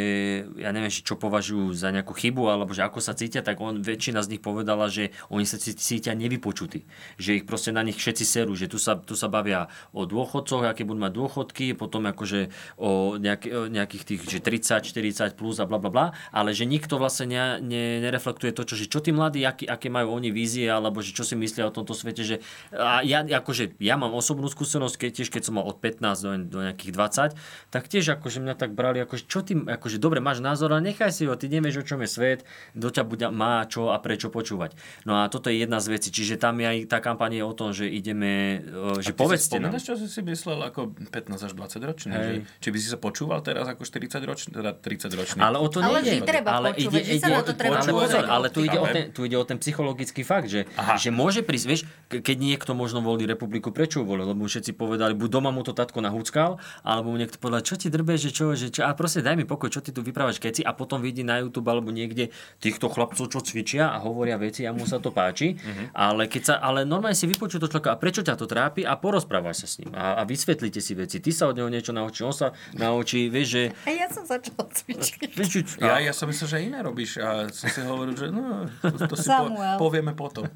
ja neviem, že čo považujú za nejakú chybu, alebo že ako sa cítia, tak on, väčšina z nich povedala, že oni sa cí- cítia nevypočutí. Že ich proste na nich všetci serú, že tu sa, tu sa bavia o dôchodcoch, aké budú mať dôchodky, potom akože o, nejak, o nejakých tých, že 30, 40 plus a bla bla bla, ale že nikto vlastne ne, ne, nereflektuje to, čo, že čo tí mladí, aký, aké majú oni vízie, alebo že čo si myslia o tomto svete, že a ja, akože, ja mám osobnú skúsenosť, keď, tiež keď som mal od 15 do, do nejakých 20, tak tiež akože mňa tak brali, akože čo ty, akože dobre, máš názor, ale nechaj si ho, ty nevieš, o čom je svet, do ťa bude, má čo a prečo počúvať. No a toto je jedna z vecí, čiže tam je aj tá kampaň je o tom, že ideme, e, že Ty si povedzte nám. spomínaš, čo si si myslel ako 15 až 20 ročný? Hej. Že, či by si sa počúval teraz ako 40 ročný, teda 30 ročný? Ale o to Ale vždy nejde. treba počúvať, vždy sa na to treba ale, pozor, počúvať. ale tu ide, o Ale- ten, tu ide o ten psychologický fakt, že, Aha. že môže prísť, vieš, ke- keď niekto možno volí republiku, prečo ju volil? Lebo mu všetci povedali, buď doma mu to tatko nahúckal, alebo mu niekto povedal, čo ti drbe, že čo, že čo, a proste daj mi pokoj, čo ty tu vyprávaš keci a potom vidí na YouTube alebo niekde týchto chlapcov, čo cvičia a hovoria veci a mu sa to páči, ale keď sa, ale normálne si vypočuj to človeka a prečo ťa to trápi a porozprávaj sa s ním a, a vysvetlite si veci. Ty sa od neho niečo naučí, on sa naučí, vieš, že A ja som začala cvičiť. Vieš, čo- Ja, ja som myslel, že iné robíš a som si hovoril, že no, to, to si po, Samuel. povieme potom.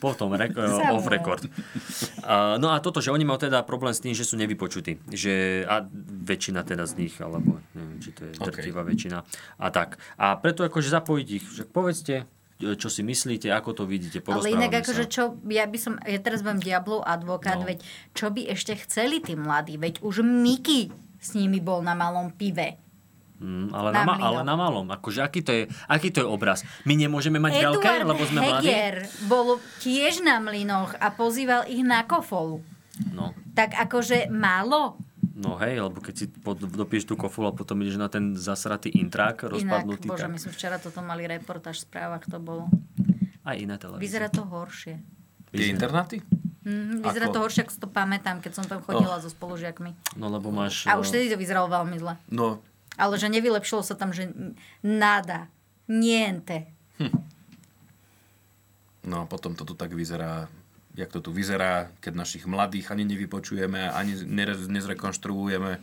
Potom rek- Samuel. off record. A, no a toto, že oni majú teda problém s tým, že sú nevypočutí. Že, a väčšina teda z nich, alebo neviem, či to je drtivá väčšina. A tak. A preto akože zapojiť ich. Že povedzte, e, čo si myslíte, ako to vidíte, Ale porozprávame inak sa. akože čo, ja by som, ja teraz budem diablov advokát, No. veď čo by ešte chceli tí mladí, veď už Miky s nimi bol na malom pive. Mm, ale, Na na, ma- mlyno. ale na malom. Akože aký to, je, aký to je obraz? My nemôžeme mať Eduard veľké, Eduard lebo sme mladí. Heger bol tiež na mlynoch a pozýval ich na kofolu. No. Tak akože málo. No hej, lebo keď si pod, dopieš tú kofulu a potom ideš na ten zasratý intrák Inak, rozpadnutý, bože, my tak sme včera toto mali reportáž v správach, to bolo. aj iné televízie. Vyzerá to horšie. Tie internáty? Mhm, vyzerá to Ako? horšie, ako si to pamätám, keď som tam chodila so spolužiakmi. No lebo máš... A už e, vtedy to vyzeralo veľmi zle. No, Ale že nevylepšilo sa tam, že n- nada, niente. no a potom to tu tak vyzerá, jak to tu vyzerá, keď našich mladých ani nevypočujeme, ani nere- nezrekonštruujeme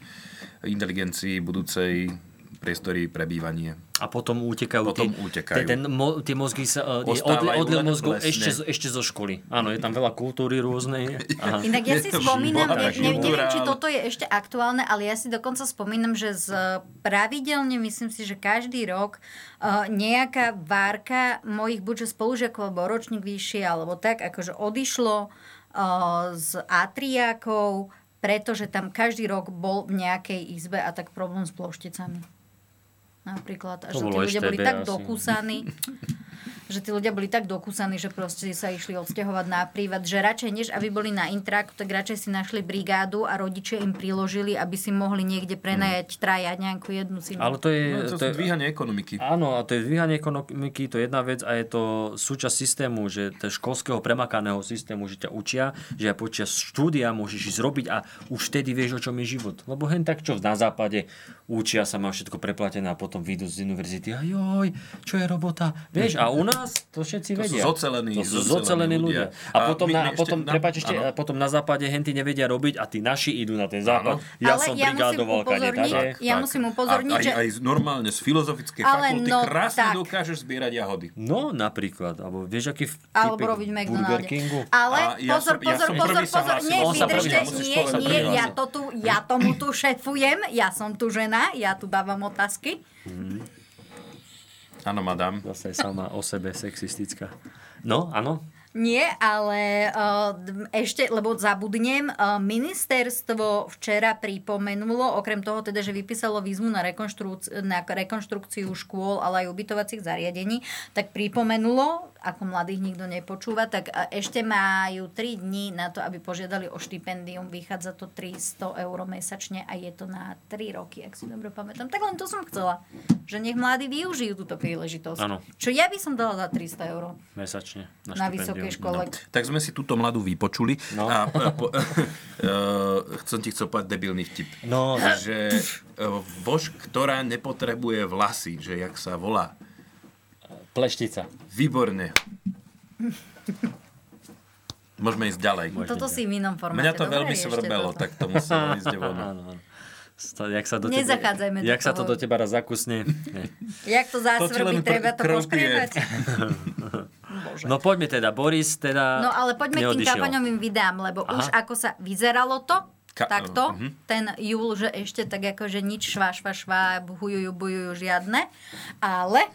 inteligencii budúcej priestory prebývanie. A potom utekajú. Potom tie, utekajú. Ten, mo, tie mozgy sa... e, je Ostávajú odli- odliv len mozgov plesne. ešte, z- ešte zo školy. Áno, je tam veľa kultúry rôznej. Aha. Inak ja si Je to spomínam, života, ne, ne, neviem, kultúra, či ale- toto je ešte aktuálne, ale ja si dokonca spomínam, že z, pravidelne, myslím si, že každý rok uh, nejaká várka mojich buďže spolužiakov alebo ročník vyššie, alebo tak, akože odišlo uh, z Atriákov, pretože tam každý rok bol v nejakej izbe a tak problém s plošticami. Napríklad. A že To tí bolo ľudia ešte boli teda tak asi. dokúsaní. že tí ľudia boli tak dokúsaní, že proste sa išli odsťahovať na prívat, že radšej než aby boli na intraku, tak radšej si našli brigádu a rodičia im priložili, aby si mohli niekde prenajať traja nejakú jednu si. Mm. Ale to je... No, to, to to je dvíhanie ekonomiky. Áno, a to je dvíhanie ekonomiky, to je jedna vec a je to súčasť systému, že to školského premakaného systému, že ťa učia, že aj počas štúdia môžeš ísť robiť a už vtedy vieš, o čom je život. Lebo hen tak, čo na západe učia sa, má všetko preplatené a potom vyjdú z univerzity a joj, čo je robota. Vieš, a u nás to všetci To sú vedia. zocelení, to sú zocelení zocelení ľudia. ľudia. A, A potom, my- na, my a ešte potom, na- prepáč, ešte, áno. a potom na západe henty nevedia robiť a tí naši idú na ten západ. Ja Ale som ja musím brigádoval, kade, upozorniť- tade. Ja musím upozorniť, a, aj, že- aj z- normálne z filozofickej Ale fakulty no krásne tak. dokážeš zbierať jahody. No, napríklad. Alebo vieš, aký vtipek Alebo robiť v v Burger McDonalde. Kingu? A Ale ja pozor, som- ja pozor, som pozor, prvý sa pozor, hlásil. nie, On sa prvý vydržte, hlásil, nie, on sa nie, prvý ja, hlásil. to tu, ja tomu tu šefujem, ja som tu žena, ja tu dávam otázky. Áno, madam. Zase sama o sebe sexistická. No, áno. Nie, ale uh, ešte, lebo zabudnem, uh, ministerstvo včera pripomenulo, okrem toho teda, že vypísalo výzvu na, rekonštruc- na rekonštrukciu škôl, ale aj ubytovacích zariadení, tak pripomenulo, ako mladých nikto nepočúva, tak uh, ešte majú 3 dní na to, aby požiadali o štipendium. Vychádza to 300 eur mesačne a je to na 3 roky, ak si dobre pamätám. Tak len to som chcela, že nech mladí využijú túto príležitosť. Áno. Čo ja by som dala za 300 eur mesačne. na, na štipendium. vysokej škole. No. Tak sme si túto mladú vypočuli. No. A, e, po, e, chcem ti chcel povedať debilný vtip. No, Že e, vož, ktorá nepotrebuje vlasy, že jak sa volá. pleštica. Výborne. Môžeme ísť ďalej. Toto si v inom formáte. Mňa to Dobre, veľmi riešte svrbelo, toto. tak to muselo ísť von. Áno, áno. Sta- Jak sa do Nezachádzajme do tebe, jak sa to toho. do teba raz zakusne. Nie. Jak to ti zásvrbí, len pr- treba to krv pije. poškrievať. No poďme teda, Boris teda No ale poďme k tým neodišiel. kampaňovým videám, lebo Aha. už ako sa vyzeralo to, Ka- takto, mhm. ten júl, že ešte tak ako, že nič šva, šva, šva, bujujú, bujujú, žiadne, ale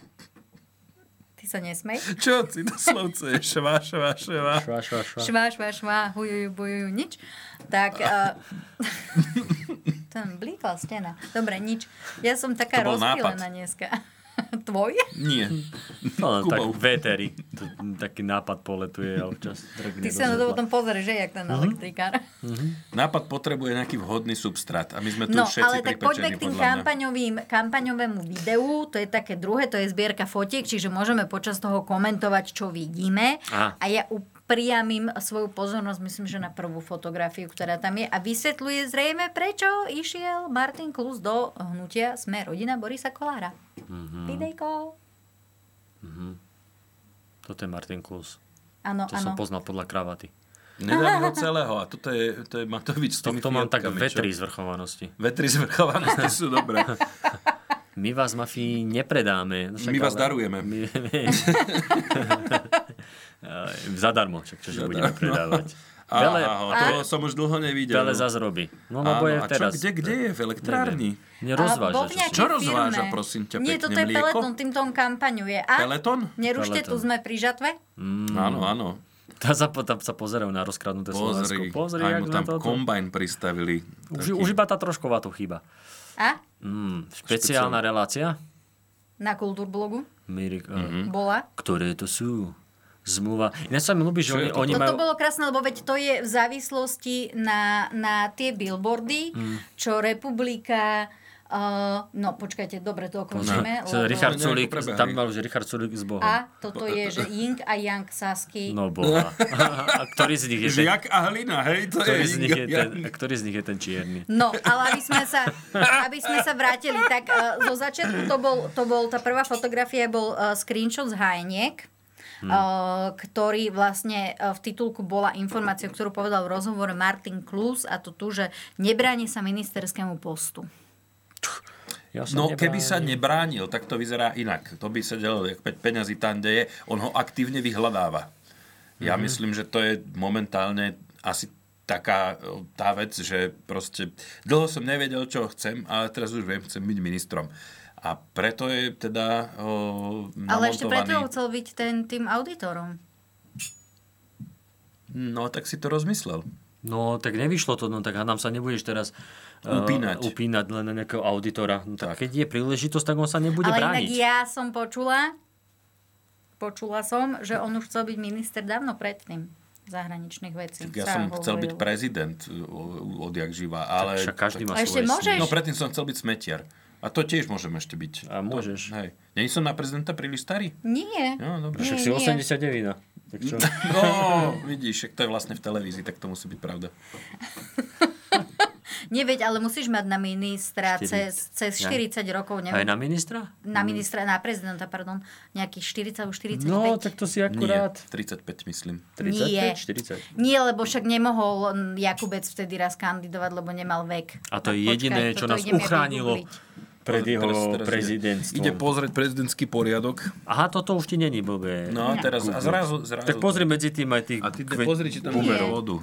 ty sa nesmej. Čo si to slovce je? Šva, šva, šva. Šva, šva, šva. Švá, švá, švá, hujujú, bujujú, nič. Tak... Uh, ten blíkla stena. Dobre, nič. Ja som taká To bol rozpílená nápad. dneska. Tvoj? Nie. No, len tak Kubou. veteri. To, taký nápad poletuje a občas drgne Ty sa na to do zrkadla. potom pozrieš, že jak ten elektrikár. Nápad potrebuje nejaký vhodný substrát. A my sme tu No, všetci ale tak poďme k pripečení, tým podľa mňa. kampaňovým, kampaňovému videu, to je také druhé, to je zbierka fotiek, čiže môžeme počas toho komentovať, čo vidíme. Aha. A ja upriamím svoju pozornosť, myslím, že na prvú fotografiu, ktorá tam je a vysvetľuje zrejme, prečo išiel Martin Klus do hnutia Sme rodina Borisa Kolára. Mm-hmm. Videjko. Toto je Martin Klus. Áno, To som áno. poznal podľa kravaty. Nedám ho celého. A toto je, to je Matovič s To, tými to mám tak fiatkami, vetri čo? zvrchovanosti. Vetri zvrchovanosti sú dobré. My vás mafii nepredáme. No My vás darujeme. My, my, zadarmo, čak, čože budeme predávať. Á, Vele, áho, to som už dlho nevidel. Vele zas robí. No Áno, lebo je a čo, teraz. kde, kde je v elektrárni? Ale bol v Nerozváža. čo nejakej si- Čo rozváža, firme. prosím ťa, Nie, pekne, toto je mlieko? peleton, týmto on kampaňuje. A Peleton? nerušte, Peleton. tu sme pri žatve. Áno, áno. Tá sa, po- tam sa pozerajú na rozkradnuté Slovensko. Pozri, Pozri, aj jak mu na tam toto. kombajn pristavili. Už, Taký- už iba tá trošková tu chyba. A? Mm, špeciálna relácia? Na kultúrblogu Mirik, Mhm. mm-hmm. bola. Ktoré to sú? Zmluva. Ináč sa mi ľúbi, že Čo oni, je toto? oni Toto majú... bolo krásne, lebo veď to je v závislosti na, na tie billboardy, Hm. čo republika... Uh, no počkajte, dobre, to ukončíme. No, Richard Nejako Sulik, prebehli. tam mal, že Richard Sulik s Bohom. A toto je, že Ying a Yang Sasky. No. No boha. A ktorý z nich je ten, Žiak a hlina, hej, to ktorý z nich je ja- ten, a ktorý z nich je ten čierny? No, ale aby sme sa, aby sme sa vrátili, tak uh, zo začiatku to bol, to bol, tá prvá fotografia bol uh, screenshot z hajniek, hmm. Hm. ktorý vlastne eh, v titulku bola informácia, ktorú povedal v rozhovore Martin Klus a to tu, že nebráni sa ministerskému postu. Ja som No nebral- keby sa nebránil, tak to vyzerá inak. To by sa delalo, jak 5 peňazí tam, kde je, on ho aktívne vyhľadáva. Ja Mhm. myslím, že to je momentálne asi taká e, tá vec, že proste dlho som nevedel, čo chcem, ale teraz už viem, chcem byť ministrom. A preto je teda o, Ale ešte preto namontovaný- chcel byť ten tým auditorom. No tak si to rozmyslel. No tak nevyšlo to, no tak hádam sa nebudeš teraz eh, Upínať. upínať len na nejakého auditora. No, tak, Tak. keď je príležitosť, tak on sa nebude Ale brániť. inak ja som počula, počula som, že on už chcel byť minister dávno predtým zahraničných vecí. Ja sa som chcel byť hovorilo. prezident o- odjak živa, ale... Však každý má A ešte svoje môže- sny. No predtým som chcel byť smetiar. A to tiež môžem ešte byť. A môžeš. Hej. Není som na prezidenta príliš starý? Nie. No, dobre. Však Nie, si nie. 89. Tak čo? No, vidíš, však to je vlastne v televízii, tak to musí byť pravda. Neveď, ale musíš mať na ministra 40. cez, cez Ja. 40 rokov, Aj neviem. na ministra? Na ministra, na prezidenta, pardon, nejakých 40 alebo 45. No, tak to si akurát... Nie, 35 myslím. 35, Nie. 40. Nie, lebo však nemohol Jakubec vtedy raz kandidovať, lebo nemal vek. A to počkaj, je jediné, toto čo nás ideme uchránilo vygoogliť. pred jeho Teraz- teraz prezidentstvom. Ide pozrieť prezidentský poriadok. Aha, toto už ti není blbé. No a teraz, a zrazu, zrazu. Mhm. Tak pozri medzi tým aj tých... A ty kvet- pozri, či tam Nie. uber vodu.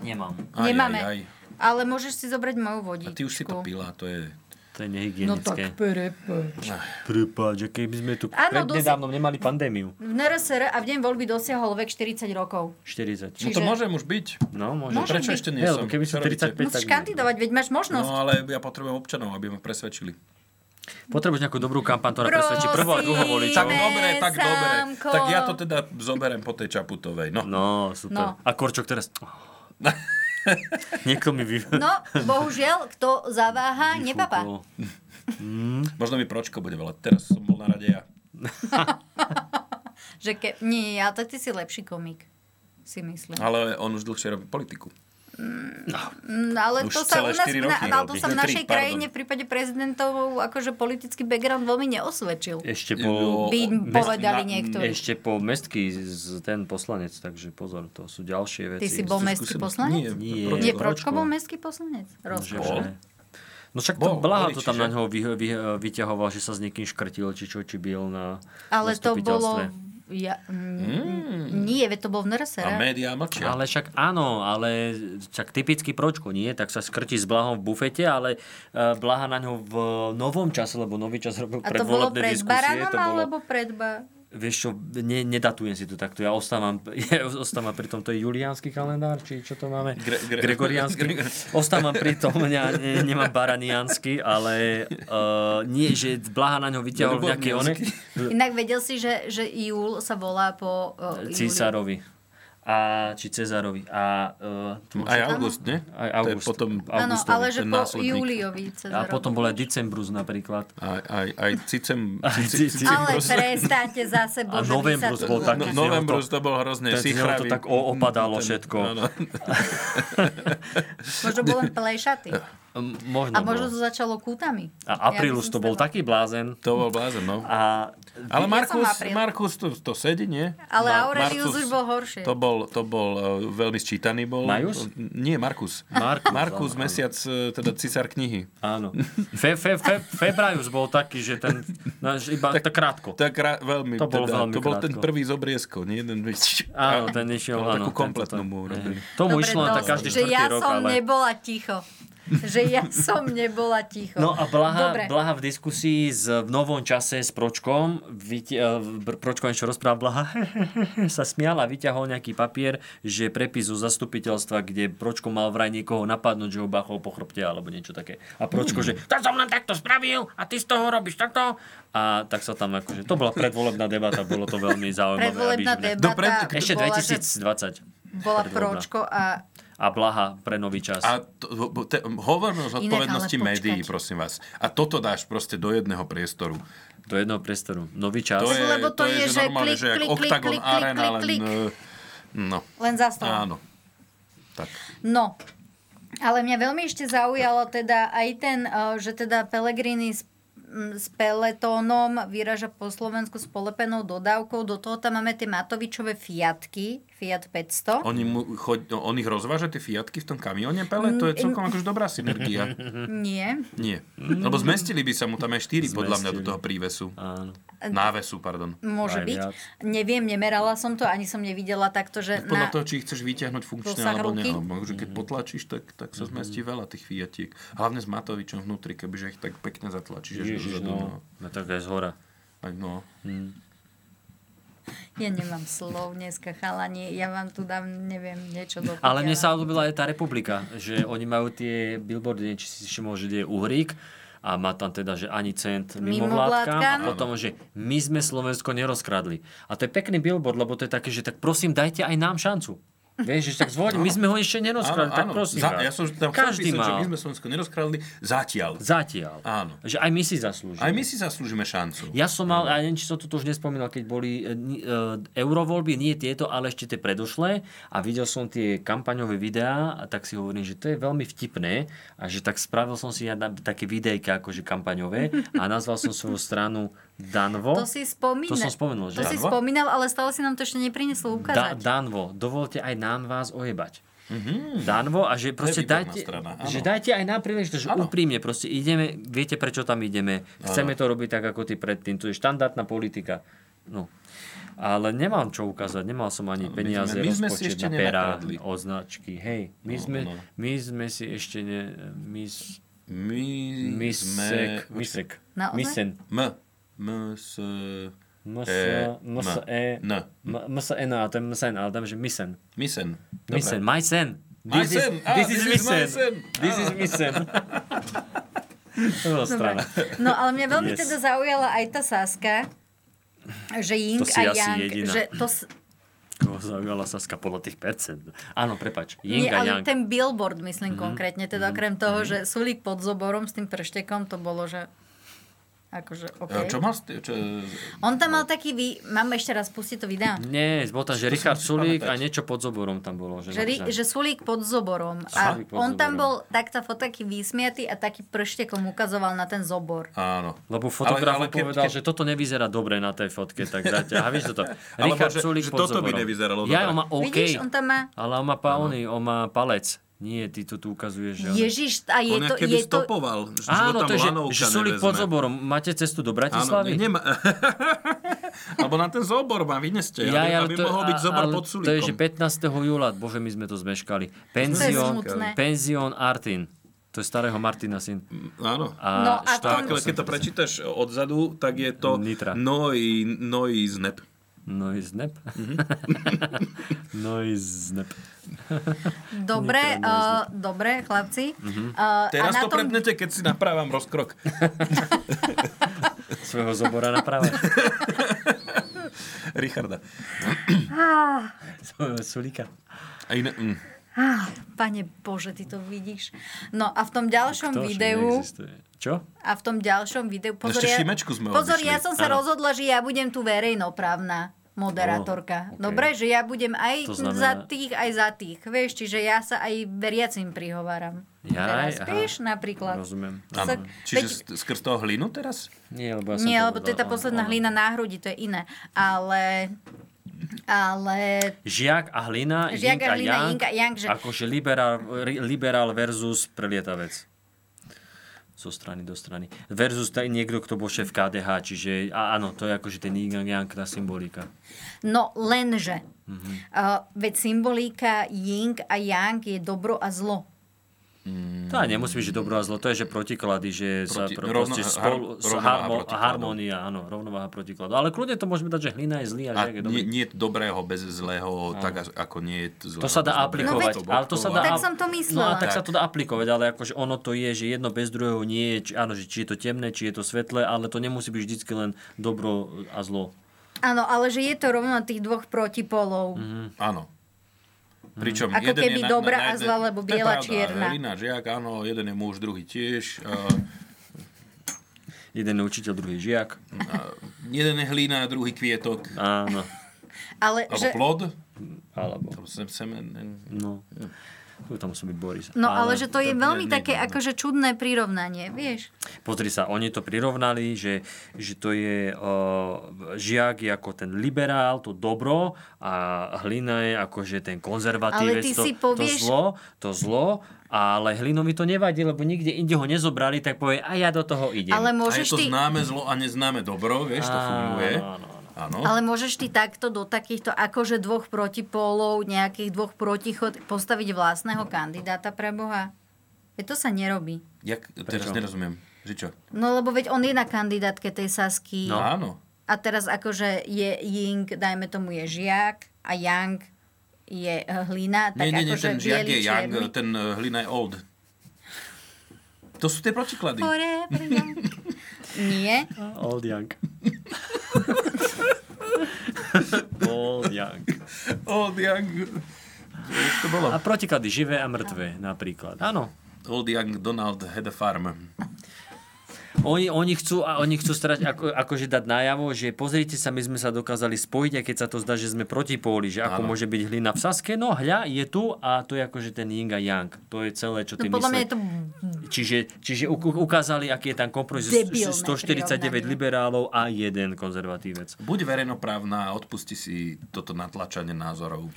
Nemám. Aj, Nemáme. aj, aj. Ale môžeš si zobrať moju A vodičku. ty už si to pila, to je... To je No tak nehygienické. prepač. Prepáč, že keby sme tu Áno, prednedávno nemali pandémiu. V NRSR a v deň voľby dosiahol vek 40 rokov. 40. No to môžem už byť. No, môže. Môže No Prečo byť. ešte nie Hej, som? lebo keby som Čo robíte? 35, Musíš tak... kandidovať, veď máš No možnosť. ale ja potrebujem občanov, aby ma presvedčili. Potrebuješ nejakú dobrú kampaň, ktorá presvedčí prvú a druhú Tak voličov. Prosíme, dobre, tak dobre. Sámko. Tak ja to teda zoberem po tej Čaputovej. No. No, super. No. A Korčok teraz... Niekto mi vy... No, bohužiaľ, kto zaváha, nepapa. Fúkol. Možno mi Pročko bude veľa. Teraz som bol na rade ja. Že ke... Nie, ale tak ty si lepší komik, si myslím. Ale on už dlhšie robí politiku. Mm, Ale Už to sa, u celé nás, štyri na, roky ale to robí. sa v Tri, našej pardon. krajine v prípade prezidentov akože politický background veľmi neosvedčil. Ešte po... Jo. By im Bez- povedali na- niektorí. Ešte po mestský z ten poslanec, takže pozor, to sú ďalšie veci. Ty si bol mestský Skúsenosť- poslanec? Nie. Pročko. Nie, Pročko. Pročko bol mestský poslanec? Že Rozpočet. Bol? vraj. No však Bol, to Blaha boli, to tam čiže- na neho vy, vy, vyťahoval, že sa s niekým škrtil, či čo, či byl na Ale to bolo... zastupiteľstve. Ja, mm. Nie, veď to bol v NRSR. A médiá mlčia. Ale však áno, ale však typicky pročko, nie? Tak sa skrti s Blahom v bufete, ale e, Blaha na ňo v novom čase, lebo nový čas A robil to bolo predvolebné pred diskusie. Baranom alebo pred... Ba... Vieš čo, ne, nedatujem si to takto. Ja ostávam, ja ostávam pri tom, to je juliánsky kalendár, či čo to máme? Gre- gre- Gregoriánsky. Gregor- Ostávam pri tom, ja ne, nemám baraniánsky, ale uh, nie, že Blaha na ňo vyťahol nejaké one Ľubomírsky. Inak vedel si, že, že Júl sa volá po uh, Císarovi. A, či Cezarovi. A, uh, to Aj August, ne? Aj To August. je potom... Áno, Augustovi, ale že ten po následník. Júliovi a Cezarovi. potom bol aj Decembrus napríklad. Aj, aj, aj Cicem... Aj Cici- Cici- Ale prestaňte zase, A bože, vy sa Novembrus tu... bol taký. No, z neho novembrus to- to bol hrozne ten z neho to sichravý. tak o- opadalo všetko. Áno. Možno bol len plešatý. M- Možno A možno bol. to začalo kútami. no, A Aprilus Ja by som to bol chcela. taký blázen. no. To bol blázen, no. A Ale Markus, apríl. Markus to, to sedí, nie? Ale Mar- Aurelius Markus- už bol horšie. To bol, to bol eh, veľmi sčítaný. Bol. Majus? Nie, Markus. Markus, Markus áno, áno. mesiac, eh, teda cisár knihy. Áno. Fe, fe, fe, Febrajus bol taký, že ten, no, že iba tak, to krátko. Tak ra- veľmi, To bol teda, veľmi to bol krátko. ten prvý z obrieskov, nie jeden... Áno, A- ten išiel, bol áno. Takú kompletnú mu robili. robili. Dobre, Tomu išlo len tak dosť, každý že štvrtý ja rok, som ale... nebola ticho. Že ja som nebola ticho. No a Dobre. Blaha, Blaha v diskusii s, v novom čase s Pročkom, vyti, eh, Br- Pročko niečo rozprával, Blaha sa smial a vyťahol nejaký papier, že prepis zo zastupiteľstva, kde Pročko mal vraj niekoho napadnúť, že ho bachol po chrbte alebo niečo také. A Pročko, že to som len takto spravil a ty z toho robíš takto. A tak sa tam akože, to bola predvolebná debata, bolo to veľmi zaujímavé. Predvolebná aby- Do pred- debata Ešte bola, že 2020 bola predvolebná. Pročko a a Blaha pre nový čas. A to, bo- te, hovorím o zodpovednosti ale počkať. médií, prosím vás. A toto dáš proste do jedného priestoru. Do jednoho priestoru. Nový čas. To je, Lebo to je, že normálne, klik, že jak klik, klik, Octagon klik, klik, Arena, len... klik. eh, No, len za stolom. áno. Tak. No, ale mňa veľmi ešte zaujalo teda aj ten, eh, že teda Pellegrini s, mm, s peletónom vyraža po Slovensku s polepenou dodávkou. Do toho tam máme tie Matovičové Fiatky, Fiat 500. Oni mu, choď, no, on ich rozváža, tie fiatky v tom kamióne, Pele? Mm, To je celkom akože dobrá synergia. Nie. Nie. Mm. Lebo zmestili by sa mu tam aj štyri, podľa mňa, do Zmestili. toho prívesu. Áno. Návesu, pardon. Môže Aj byť. viac. Neviem, nemerala som to, ani som nevidela takto, že No, Podľa na... toho, či ich chceš vyťahnuť funkčne Dosah alebo ruky? nie. Lebo že keď Mhm. potlačíš, tak, tak sa zmestí veľa tých fiatiek. Hlavne s Matovičom vnútri, kebyže ich tak pekne zatlačíš. až Ježiš, no. dozadu, No tak aj z hora. Aj, no. Ja nemám slov dneska, chalani. Ja vám tu dám, neviem, niečo do Ale mne prdela. sa obľúbila aj tá republika, že oni majú tie billboardy, neviem, či si všimol, že je uhrík a má tam teda, že ani cent mimovládkam a Mimovládkam. potom, že my sme Slovensko nerozkradli. A to je pekný billboard, lebo to je také, že tak prosím, dajte aj nám šancu. Vieš, že tak zvoň, my sme ho ešte nerozkradli, tak prosím Za, vás. ja som tam Každý chcel písať, že mal. my sme Slovensko nerozkradli. Zatiaľ. Zatiaľ. Áno. Že aj my si zaslúžime. Aj my si zaslúžime šancu. Ja som mal, ja neviem, či som to tu už nespomínal, keď boli e, ni- e, eurovoľby, nie tieto, ale ešte tie predošlé a videl som tie kampaňové videá a tak si hovorím, že to je veľmi vtipné a že tak spravil som si ja na- také videjka akože kampaňové a nazval som svoju stranu Danvo. To si spomínal. To som spomenul, že? To si Áno. spomínal, ale stále si nám to ešte neprineslo Da, ukázať. Danvo, dovolte aj nám vás ojebať. Mm-hmm. Danvo a že proste výborná dajte, Mhm. strana, áno. že dajte aj nám príležitosť, že úprimne proste ideme, viete prečo tam ideme, chceme to robiť tak ako ty predtým, to je štandardná politika. No. Ale nemám čo ukázať, nemal som ani peniaze, my sme si rozpočet ešte na pera, nenakradli. No, označky, hej, my, sme, my sme si ešte ne, my, s- My, Misek. sme... Misek. Naozaj? Misen. M. M. S. MS, E, MS, M. E, N. M- MSN, ale to je MSN, ale tam, že misen. Misen. Dobre. Misen, my sen. My sen, á, this is this is my misen. sen. This is misen. To bola strana. No ale mňa veľmi Yes. teda zaujala aj tá Saska, že Ying si a asi Yang, jediná. že to... S... Koho zaujala Saska podľa tých percent. Áno, prepač. Yin Nie, a ale Yang. Mhm. ten billboard myslím mm-hmm. konkrétne, teda mm-hmm. okrem toho, že Sulík pod zoborom s tým prštekom, to bolo, že akože E, okay. Čo mal... ste- Čo... On tam mal taký, vý... mám ešte raz pustiť to video, Nie, bol tam, že To Richard som si Sulík a pamätať. niečo pod zoborom tam bolo. Že, že, ri... že Sulík pod zoborom a Sulík pod on tam bol zoborom. tak tá fotka taký vysmiatý a taký prštekom ukazoval na ten zobor. Áno. Lebo fotograf Ale- mu ale keď- povedal, keď- že toto nevyzerá dobre na tej fotke, tak dáte. A víš toto? Alebo Richard že- Sulík že pod toto by zoborom. nevyzeralo Ja, dobre. on má OK. Vidíš, on tam má... Ale on má pa, oný, on má palec. Nie, ty to tu ukazuješ. Že on- Ježiš, a je On to... to, keby Je to... stopoval. Že Áno, mu tam to je, že, lanovka že Sulík nevezme. pod zoborom. Máte cestu do Áno, Bratislavy? ne- nemá. Alebo na ten zobor ma vyneste, ja, ale aby, aby mohol byť a- zobor ale pod To je, že Sulíkom. 15. júla, bože, my sme to zmeškali. Penzión, smutné. penzión Artin. To je starého Martina syn. Áno. A No a štát- Tak, ale keď to prečítaš odzadu, tak je to Nitra. Noi, noi znep. Noise nap. Mhm. No Noise nap. Dobre, uh, dobre, chlapci. Mhm. Uh, Teraz a na to tom... prednete, keď si naprávam rozkrok. Svojho zobora naprava. Richarda. Svojho sulíka. A iné, mm. Pane Bože, ty to vidíš. No a v tom ďalšom To však videu... neexistuje. Čo? A v tom ďalšom videu... Pozor, Ešte ja, Šimečku sme pozor odišli. ja som sa Áno. rozhodla, že ja budem tu verejnoprávna moderátorka. Ó, okej. Dobre, že ja budem aj Oh, To znamená- za tých, aj za tých. Vieš, čiže ja sa aj veriacim prihováram. Jaj, Teraz, aha. vieš, napríklad. Rozumiem. Áno. Sa- Čiže veď- sk- skrz toho hlinu teraz? Nie, lebo ja som Nie, lebo to povedal, je tá áno, posledná áno. hlina na hrudi, to je iné. Ale... Ale Žiak a hlina, Žiak Žiak a a hlina, Yang, Ying a Yang, že- akože liberál, ri- liberál versus prelietavec. Zo strany do strany. Versus taj, niekto, kto bol šéf KDH, čiže a, áno, to je akože ten Ying a Yang, tá symbolika. No lenže, Mhm. mm-hmm. uh, veď symbolika yin a yang je dobro a zlo. To aj nemusí byť, že dobro a zlo, to je, že protiklady, že sa Proti- pro, rovno- proste har- spolu, s- rovnováha harmo, protikladov. harmonia, áno, rovnováha protikladov. Ale kľudne to môžeme dať, že hlina je zlý a A žiak je dobrý. nie, nie je dobrého bez zlého, tak as- ako nie je t- zlého. To sa dá bez dobrého. aplikovať. No veď- ale to sa dá, Tak ap- som to No a myslela. tak, sa Tak. to dá aplikovať, ale akože ono to je, že jedno bez druhého nie je, či, áno, že či je to temné, či je to svetlé, ale to nemusí byť vždycky len dobro a zlo. Áno, ale že je to rovno tých dvoch protipolov. Mhm. Mm-hmm. Áno. Pričom Ako jeden keby je na, dobrá na, na a zlá, lebo To je biela, pravda, čierna. Helena, žiak, áno, jeden je muž, druhý tiež. A, Jeden je učiteľ, druhý je žiak. a, jeden je hlína, druhý kvietok. Áno. Ale Alebo že... plod. Alebo. Alebo sem, sem, No. Tu tam musí byť Boris. No ale, že to je to veľmi ne- ne- také akože čudné prirovnanie, vieš? Pozri sa, oni to prirovnali, že, že to je uh, žiak je ako ten liberál, to dobro a hlina je akože ten Ale ty konzervatívec, to, si povieš- to zlo, to zlo, ale hlinovi to nevadí, lebo nikde inde ho nezobrali, tak povie, a ja do toho idem. Ale A je môžeš to ty... známe zlo a neznáme dobro, vieš, to Áno, funguje. áno, áno. Áno. Ale môžeš ty takto do takýchto akože dvoch protipolov, nejakých dvoch protichod postaviť vlastného kandidáta pre Boha? Veď to sa nerobí. Jak, teraz Prečo? nerozumiem. Že čo? No lebo veď on je na kandidátke tej Sasky. No. Áno. A teraz akože je Ying, dajme tomu je žiak a Yang je e, hlina, tak nie, nie, nie, akože ten žiak je bielý, young, čierny. ten eh, hlina je old. To sú tie protiklady. Forever young. Nie, no Old Young. Old Young. Old young. Jak to bolo? A protiklady živé a mŕtve napríklad. Áno. Old young Donald had a farm. Oni, oni chcú, a oni chcú strať, ako, akože dať najavo, že pozrite sa, my sme sa dokázali spojiť, a keď sa to zdá, že sme protipóli, že ako Áno. môže byť hlina v Saske, no hľa je tu a to je akože ten yin a yang. To je celé, čo no ty podľa mňa myslíš. je to... Čiže, čiže u- ukázali, aký je tam kompromis Debilné 149 prirovnanie. liberálov a jeden konzervatívec. Buď verejnoprávna a odpusti si toto natlačanie názorov.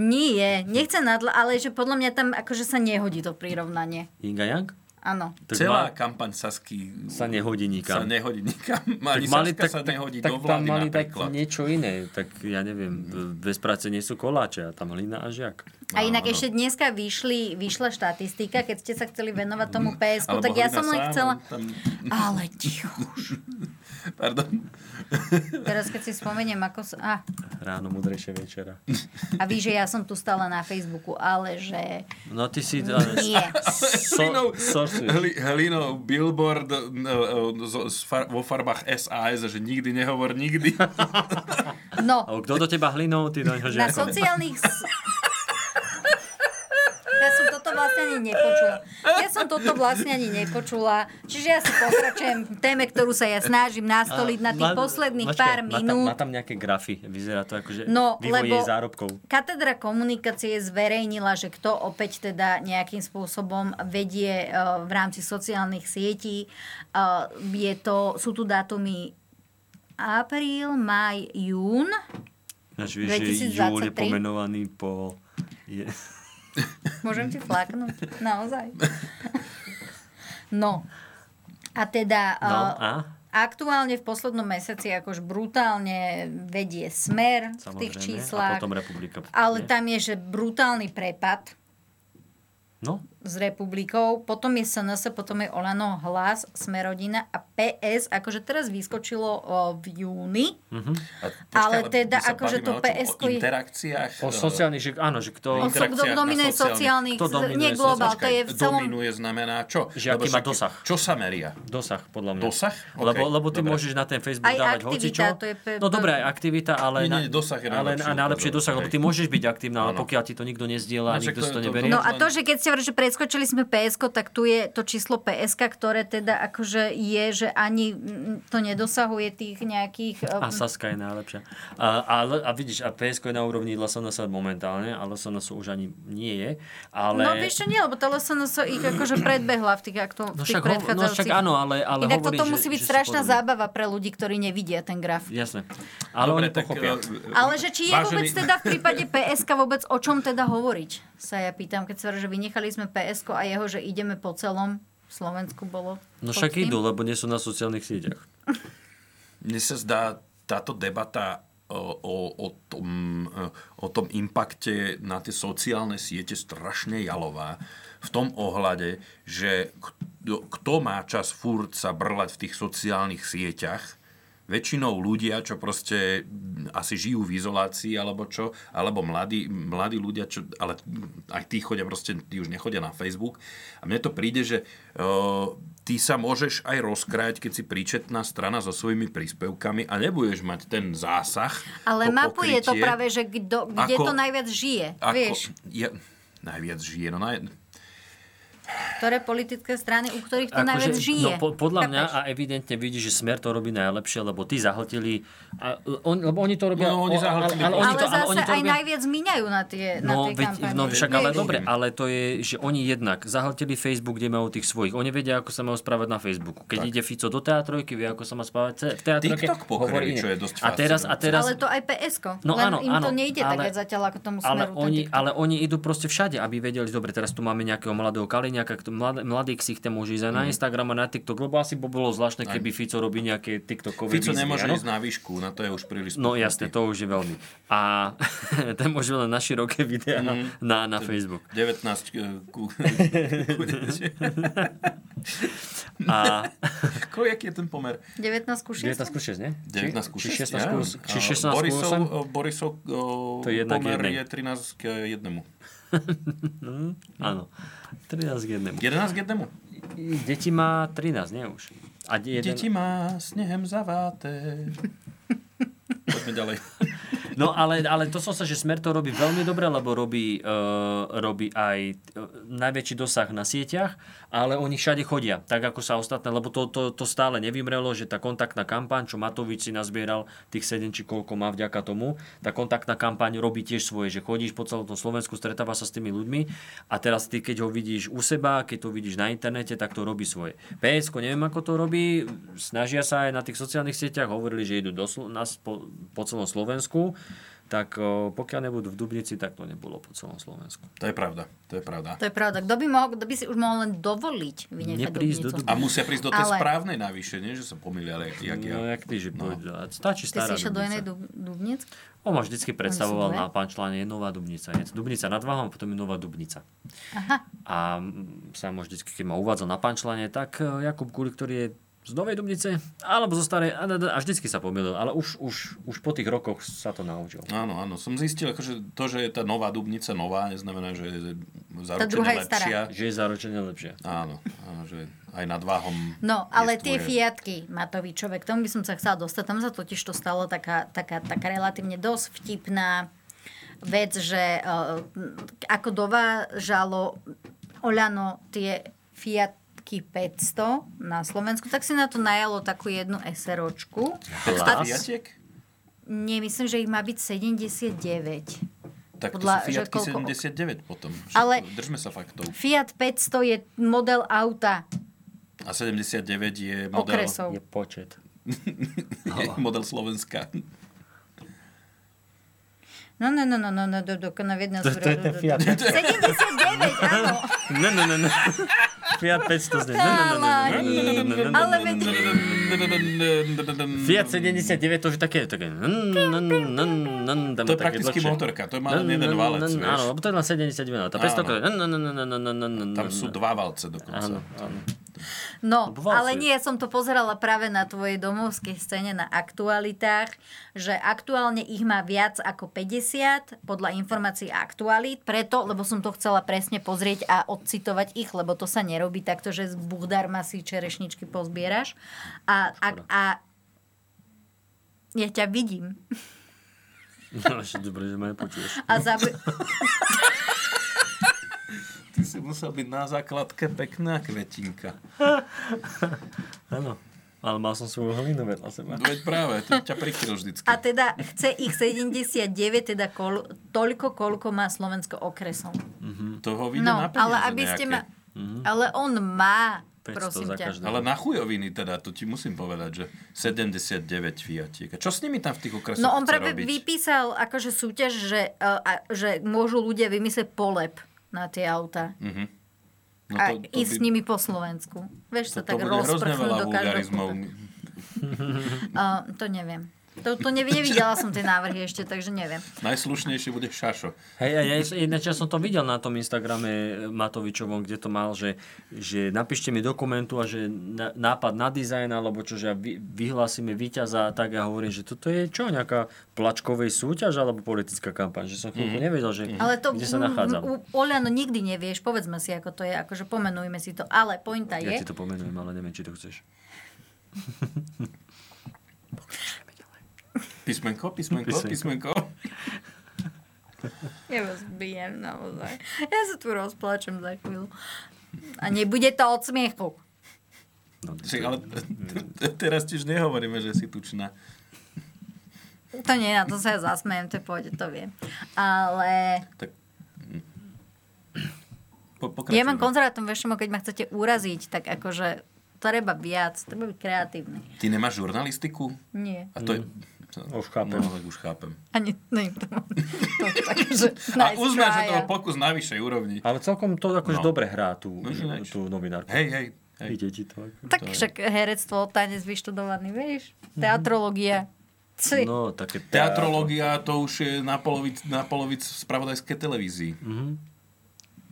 Nie, nechcem nadla, ale že podľa mňa tam akože sa nehodí to prirovnanie. Yin a yang? Áno. Tak Celá ma- kampaň Sasky Sa nehodí nikam. Sa nehodí nikam. tak Ani mali, Saska tak, sa nehodí tak do vlády tam mali dať napríklad. Mhm. niečo iné. Tak ja neviem, bez práce nie sú koláče a tam hlina a žiak. A inak ešte dneska vyšli, vyšla štatistika, keď ste sa chceli venovať tomu PSK, Mm, Alebo No tak ja Hlina som len sám, chcela... Tam, Ale ticho. pardon. Teraz keď si spomeniem, ako sa... Ah, Ráno mudrejšie večera. a ví, že ja som tu stále na Facebooku, ale že... No ty si... Ale, Nie. so, Hlinou, sorsuješ. hli, hlinou billboard eh, eh, zo- z far, vo farbách SAS, že nikdy nehovor nikdy. No, Ale kto do teba hlinou, ty do na neho žiakov. sociálnych... s- Ja som toto vlastne ani nepočula. Ja som toto vlastne ani nepočula. Čiže ja si pokračujem v téme, ktorú sa ja snažím nastoliť na tých Ma- posledných počkaj, pár má tam, minút. má tam nejaké grafy, vyzerá to akože No, vývoj lebo jej zárobkov. katedra komunikácie zverejnila, že kto opäť teda nejakým spôsobom vedie e, v rámci sociálnych sietí. E, Je to, sú tu dátumy apríl, maj, jún. Ináč vieš, že Júl je 2023? pomenovaný po... Je, Môžem ti flaknúť? Naozaj. No. A teda... e, no a? Aktuálne v poslednom mesiaci akož brutálne vedie smer v Samozrejme. tých číslach. A potom republika. Ale nie? tam je, že brutálny prepad. No, s republikou, potom je SNS, potom je Olano, Hlas, Smerodina a PS, akože teraz vyskočilo o, v júni. Hm. A Ale my teda sa akože bavíme to o čom? PSK O interakciách? o sociálnych, že áno, že kto... On so, Interakciách kto na dominuje sociálnych, sociálnych. Kto dominuje nie globál, to Počkaj, je v celom... Dominuje znamená čo? Že aký Lebo má však- dosah. Čo sa meria? Dosah, podľa mňa. Dosah? Okay, lebo, Okej, lebo ty dobre. môžeš na ten Facebook Aj dávať aktivita, hocičo. to je pe- No dobré, aj aktivita, ale, Nie, nie, dosah je ale najlepší na, najlepšie ukazovateľ, dosah, lebo hej. ty môžeš byť aktívna, ale Áno. pokiaľ ti to nikto nezdiela, No, však nikto si to- to to- neberie. No a to, že keď ste hovorili, že preskočili sme PSK, tak tu je to číslo PSK, ktoré teda akože je, že ani mm, to nedosahuje tých nejakých... um, A Saska je najlepšia. A, ale, a vidíš, a PSK je na úrovni LSNS momentálne, ale LSNS už ani nie je. Ale... No vieš čo, nie, lebo tá LSNS ich akože predbehla v tých, aktu- v No tých však ho- no predchádzajúcich. však áno, ale- ale Inak hovorím, toto že- musí byť že sú strašná podobní. zábava pre ľudí, ktorí nevidia ten graf. Jasné. Ale oni pochopia. eh, Ale že či je vážený- vôbec teda v prípade PSK vôbec o čom teda hovoriť? Sa ja pýtam, keď sa hovorí, že vynechali sme PSK a jeho, že ideme po celom Slovensku bolo. No pod však tým. idú, lebo nie sú na sociálnych sieťach. Mne sa zdá táto debata o, o, o, tom, eh, o tom impakte na tie sociálne siete strašne jalová v tom ohľade, že kto, kto má čas furt sa brlať v tých sociálnych sieťach, väčšinou ľudia, čo proste mm, asi žijú v izolácii alebo čo, alebo mladí, mladí ľudia, čo, ale mm, aj tí chodia proste, tí už nechodia na Facebook. A mne to príde, že eh, ty sa môžeš aj rozkrájať, keď si príčetná strana so svojimi príspevkami a nebudeš mať ten zásah. Ale to mapuje to pokrytie, práve, že kdo, kde Ako- to najviac žije. ako, Vieš, Ja, najviac žije, no naj, ktoré politické strany, u ktorých to Akože, najviac žije. No, po, podľa mňa Chápeš? a evidentne vidí, že Smer to robí najlepšie, lebo tí zahltili, a, on, lebo oni to robia... No, oni o- zahltili ale, ale, oni ale to, ale zase oni to aj robia, najviac míňajú na tie, na No, tie veď, kampane. no však ale Vieš? dobre, ale to je, že oni jednak zahltili Facebook, kde majú tých svojich. Oni vedia, ako sa majú správať na Facebooku. Keď ide Fico do teatrojky, vie, ako sa má správať v teatrojke. TikTok hovorí pokryli, iné. čo je dosť a teraz, a fascinujúce. Ale teraz, to aj PSK. No No, Len áno, im to áno, nejde ale, ale- tak zatiaľ ako tomu smeru. ale ten oni, TikTok. ale oni idú proste všade, aby vedeli, že dobre, teraz tu máme nejakého mladého Kaliňaka, kto- mlad- mladý ksichte môže ísť aj Mhm. na Instagram a na TikTok, lebo asi by bolo zvláštne, keby Fico robí nejaké TikTokové Fico výzvy, nemôže áno? ísť na výšku, na to je už príliš No spokojný. jasne, to už je veľmi. A ten môže len na široké videá mm. Mhm. na, na Facebook. 19 eh, ku... A Koľko je ten pomer? 19 ku 6. 19 ku 6, nie? 19 ku Či 6. 16 ku, či 16 ku Borisov, 8? eh, Borisov eh, To je jedna k pomer jednej. je 13 k 1. Áno. 13 k 1. 11 k 1. Deti má 13, nie už? A de- jeden... Deti má snehem zaváte. Poďme ďalej. No ale, ale to som sa, že Smer to robí veľmi dobre, lebo robí, uh, robí aj eh, najväčší dosah na sieťach, ale oni všade chodia, tak ako sa ostatné, lebo to, to, to stále nevymrelo, že tá kontaktná kampaň, čo Matovič si nazbieral tých 7 či koľko má vďaka tomu, tá kontaktná kampaň robí tiež svoje, že chodíš po celom tom Slovensku, stretáva sa s tými ľuďmi a teraz ty, keď ho vidíš u seba, keď to vidíš na internete, tak to robí svoje. PSK, neviem ako to robí, snažia sa aj na tých sociálnych sieťach, hovorili, že idú do, Slo- na, po, po celom Slovensku, tak o, pokiaľ nebudú v Dubnici, tak to nebolo po celom Slovensku. To je pravda, to je pravda. To je pravda. Kto by, mohol, kto by si už mohol len dovoliť vynechať Neprísť do Dubnicu? Dubnice. A musia prísť do tej Ale- správnej navyše, nie? Že sa pomýlia, ale jak, jak No, ja. jak ty, že no. Stačí Ty si stará išiel do Dubnica. inej Dub- Dubnic? On ma vždycky predstavoval dve? na punchline je Nová Dubnica. Je Dubnica nad Váhom, potom je Nová Dubnica. Aha. A mm, sa ma vždycky, keď ma uvádzal na punchline, tak e, Jakub Kuli, ktorý je z Novej Dubnice, alebo zo Starej, a, a, a vždycky sa pomýlil, ale už, už, už po tých rokoch sa to naučil. Áno, áno, som zistil, akože to, že je tá nová Dubnica nová, neznamená, že je druhá je stará. zaručene lepšia. Že je záročene lepšie. Áno, áno, že aj nad váhom. No, je ale tie tvoje- fiatky Matovičové, k tomu by som sa chcela dostať. Tam sa totiž to stalo taká, taká, taká relatívne dosť vtipná vec, že uh, ako dovážalo Oľano tie fiatky 500 na Slovensku, tak si na to najalo takú jednu SROčku. Hlas. Fiatiek? Nemyslím, že ich má byť 79. Tak Podľa, to sú že Fiatky koľko- 79 potom. Však Ale- Držme sa faktov. Fiat 500 je model auta A 79 je model, okresov. Je počet. je model Slovenska. No, no, no, no, no, no, do, do, na jedného To- to je ten Fiat. 79, áno. Ne, ne, ne, ne. Fiat 500 zne. Ne, ne, ne, ne, ne, ne, ne, ne, ne, ne. Ale veď... Fiat 79 to už také, také... n- n- n- n- n- tam To je také prakticky No, dlhšie. No, motorka, to má len N- jeden n- valec, n- vieš. Áno, lebo to je len 79, tá 500 to je... no, n- n- n- n- n- n- n- n- Tam sú n- dva valce no, Áno, dokonca. áno. No, Bval ale si. nie, som to pozerala práve na tvojej domovskej scéne na aktualitách, že aktuálne ich má viac ako 50 podľa informácií aktualít, preto, lebo som to chcela presne pozrieť a odcitovať ich, lebo to sa nerobí takto, že z buchdarma si čerešničky pozbieraš. A, a, a ja ťa vidím. No, ešte dobre, že ma nepočuješ. A zabu- Ty si musel byť na základke pekná kvetinka. Áno. Ale mal som svoju hlinu vedľa seba. Veď práve, ty ťa prikryl vždycky. A teda chce ich 79, teda kol, toľko, koľko má Slovensko okresom. To ho vyjde No, na peniaze ale aby ste ma... nejaké. Mhm. Ale on má, 500 prosím za ťa. každého. Ale na chujoviny teda, to ti musím povedať, že 79 Fiatiek. A čo s nimi tam v tých okresoch No on chce práve robiť? vypísal akože súťaž, že, e, a, že môžu ľudia vymyslieť polep na tie auta. Mm, No a ísť s nimi po Slovensku. Vieš sa to tak bude hrozne veľa rozprchnúť do každého vulgarizmov. kúta. Uh, to neviem. To, to nevi- nevidela som tie návrhy ešte, takže neviem. Najslušnejšie bude šašo. Hej, a ja, ináč ja som to videl na tom Instagrame eh, Matovičovom, kde to mal, že, že napíšte mi dokumentu a že na, nápad na dizajn, alebo čo, že vy, vyhlásime víťaza a tak ja hovorím, že toto je čo, nejaká plačkovej súťaž alebo politická kampaň, že som Mhm. chvíľku nevedel, že Ale to kde sa nachádzam. u, u Oľano nikdy nevieš, povedzme si, ako to je, akože pomenujme si to. Ale pointa Ja je, ti to pomenujem, ale neviem, či to chceš. Písmenko, písmenko, Písmenko. písmenko. Ja vás bijem naozaj. Ja sa tu rozplačem za chvíľu. A nebude to od smiechu. No, to- Však, ale teraz tiež nehovoríme, že si tučná. To nie, na to sa ja zasmejem, to je pôjde, to viem. Ale Tak... Po, ja mám pokračujme. konzervatom vešemo, keď ma chcete uraziť, tak akože treba viac, treba byť kreatívny. Ty nemáš žurnalistiku? Nie. A to je... Mm. Už chápem. No, tak už chápem. Ani, nie, to, to takže, A nice uznáš, že try, to bol a- pokus na vyššej úrovni. Ale celkom to akože No. dobre hrá tú, No, ináč. tú novinárku. Hej, hej, hej. Ide ti to. ako- Tak však herectvo, tanec vyštudovaný, vieš? Mhm. Teatrológia. Ci. No, také Teatrológia to už je na polovic, na polovic spravodajské televízii.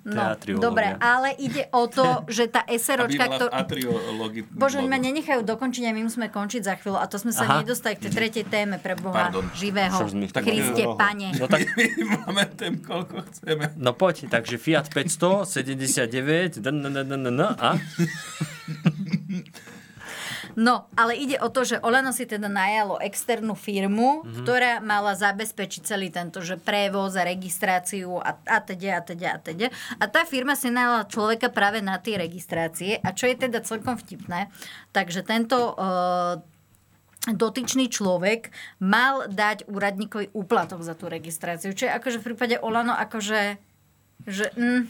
No, teatriológia. dobre, ale ide o to, že tá Aby SROčka, bola ktor- v atriológii. Bože, oni ma nenechajú dokončiť a my musíme končiť za chvíľu. A to sme sa Aha. nedostali k tej tretej téme pre Boha Pardon. živého. Čo sme- tak- Kriste, Roho. pane. No tak My máme tém, koľko chceme. No poď, takže Fiat 500, 79, dn, dn, dn, dn, dn, a? No, ale ide o to, že Olano si teda najalo externú firmu, Mhm. mm-hmm. ktorá mala zabezpečiť celý tento, že prevoz a registráciu a, a teda, a teda, a teda. A tá firma si najala človeka práve na tie registrácie. A čo je teda celkom vtipné, takže tento... Uh, dotyčný človek mal dať úradníkovi úplatok za tú registráciu. Čo je akože v prípade Olano akože že mm,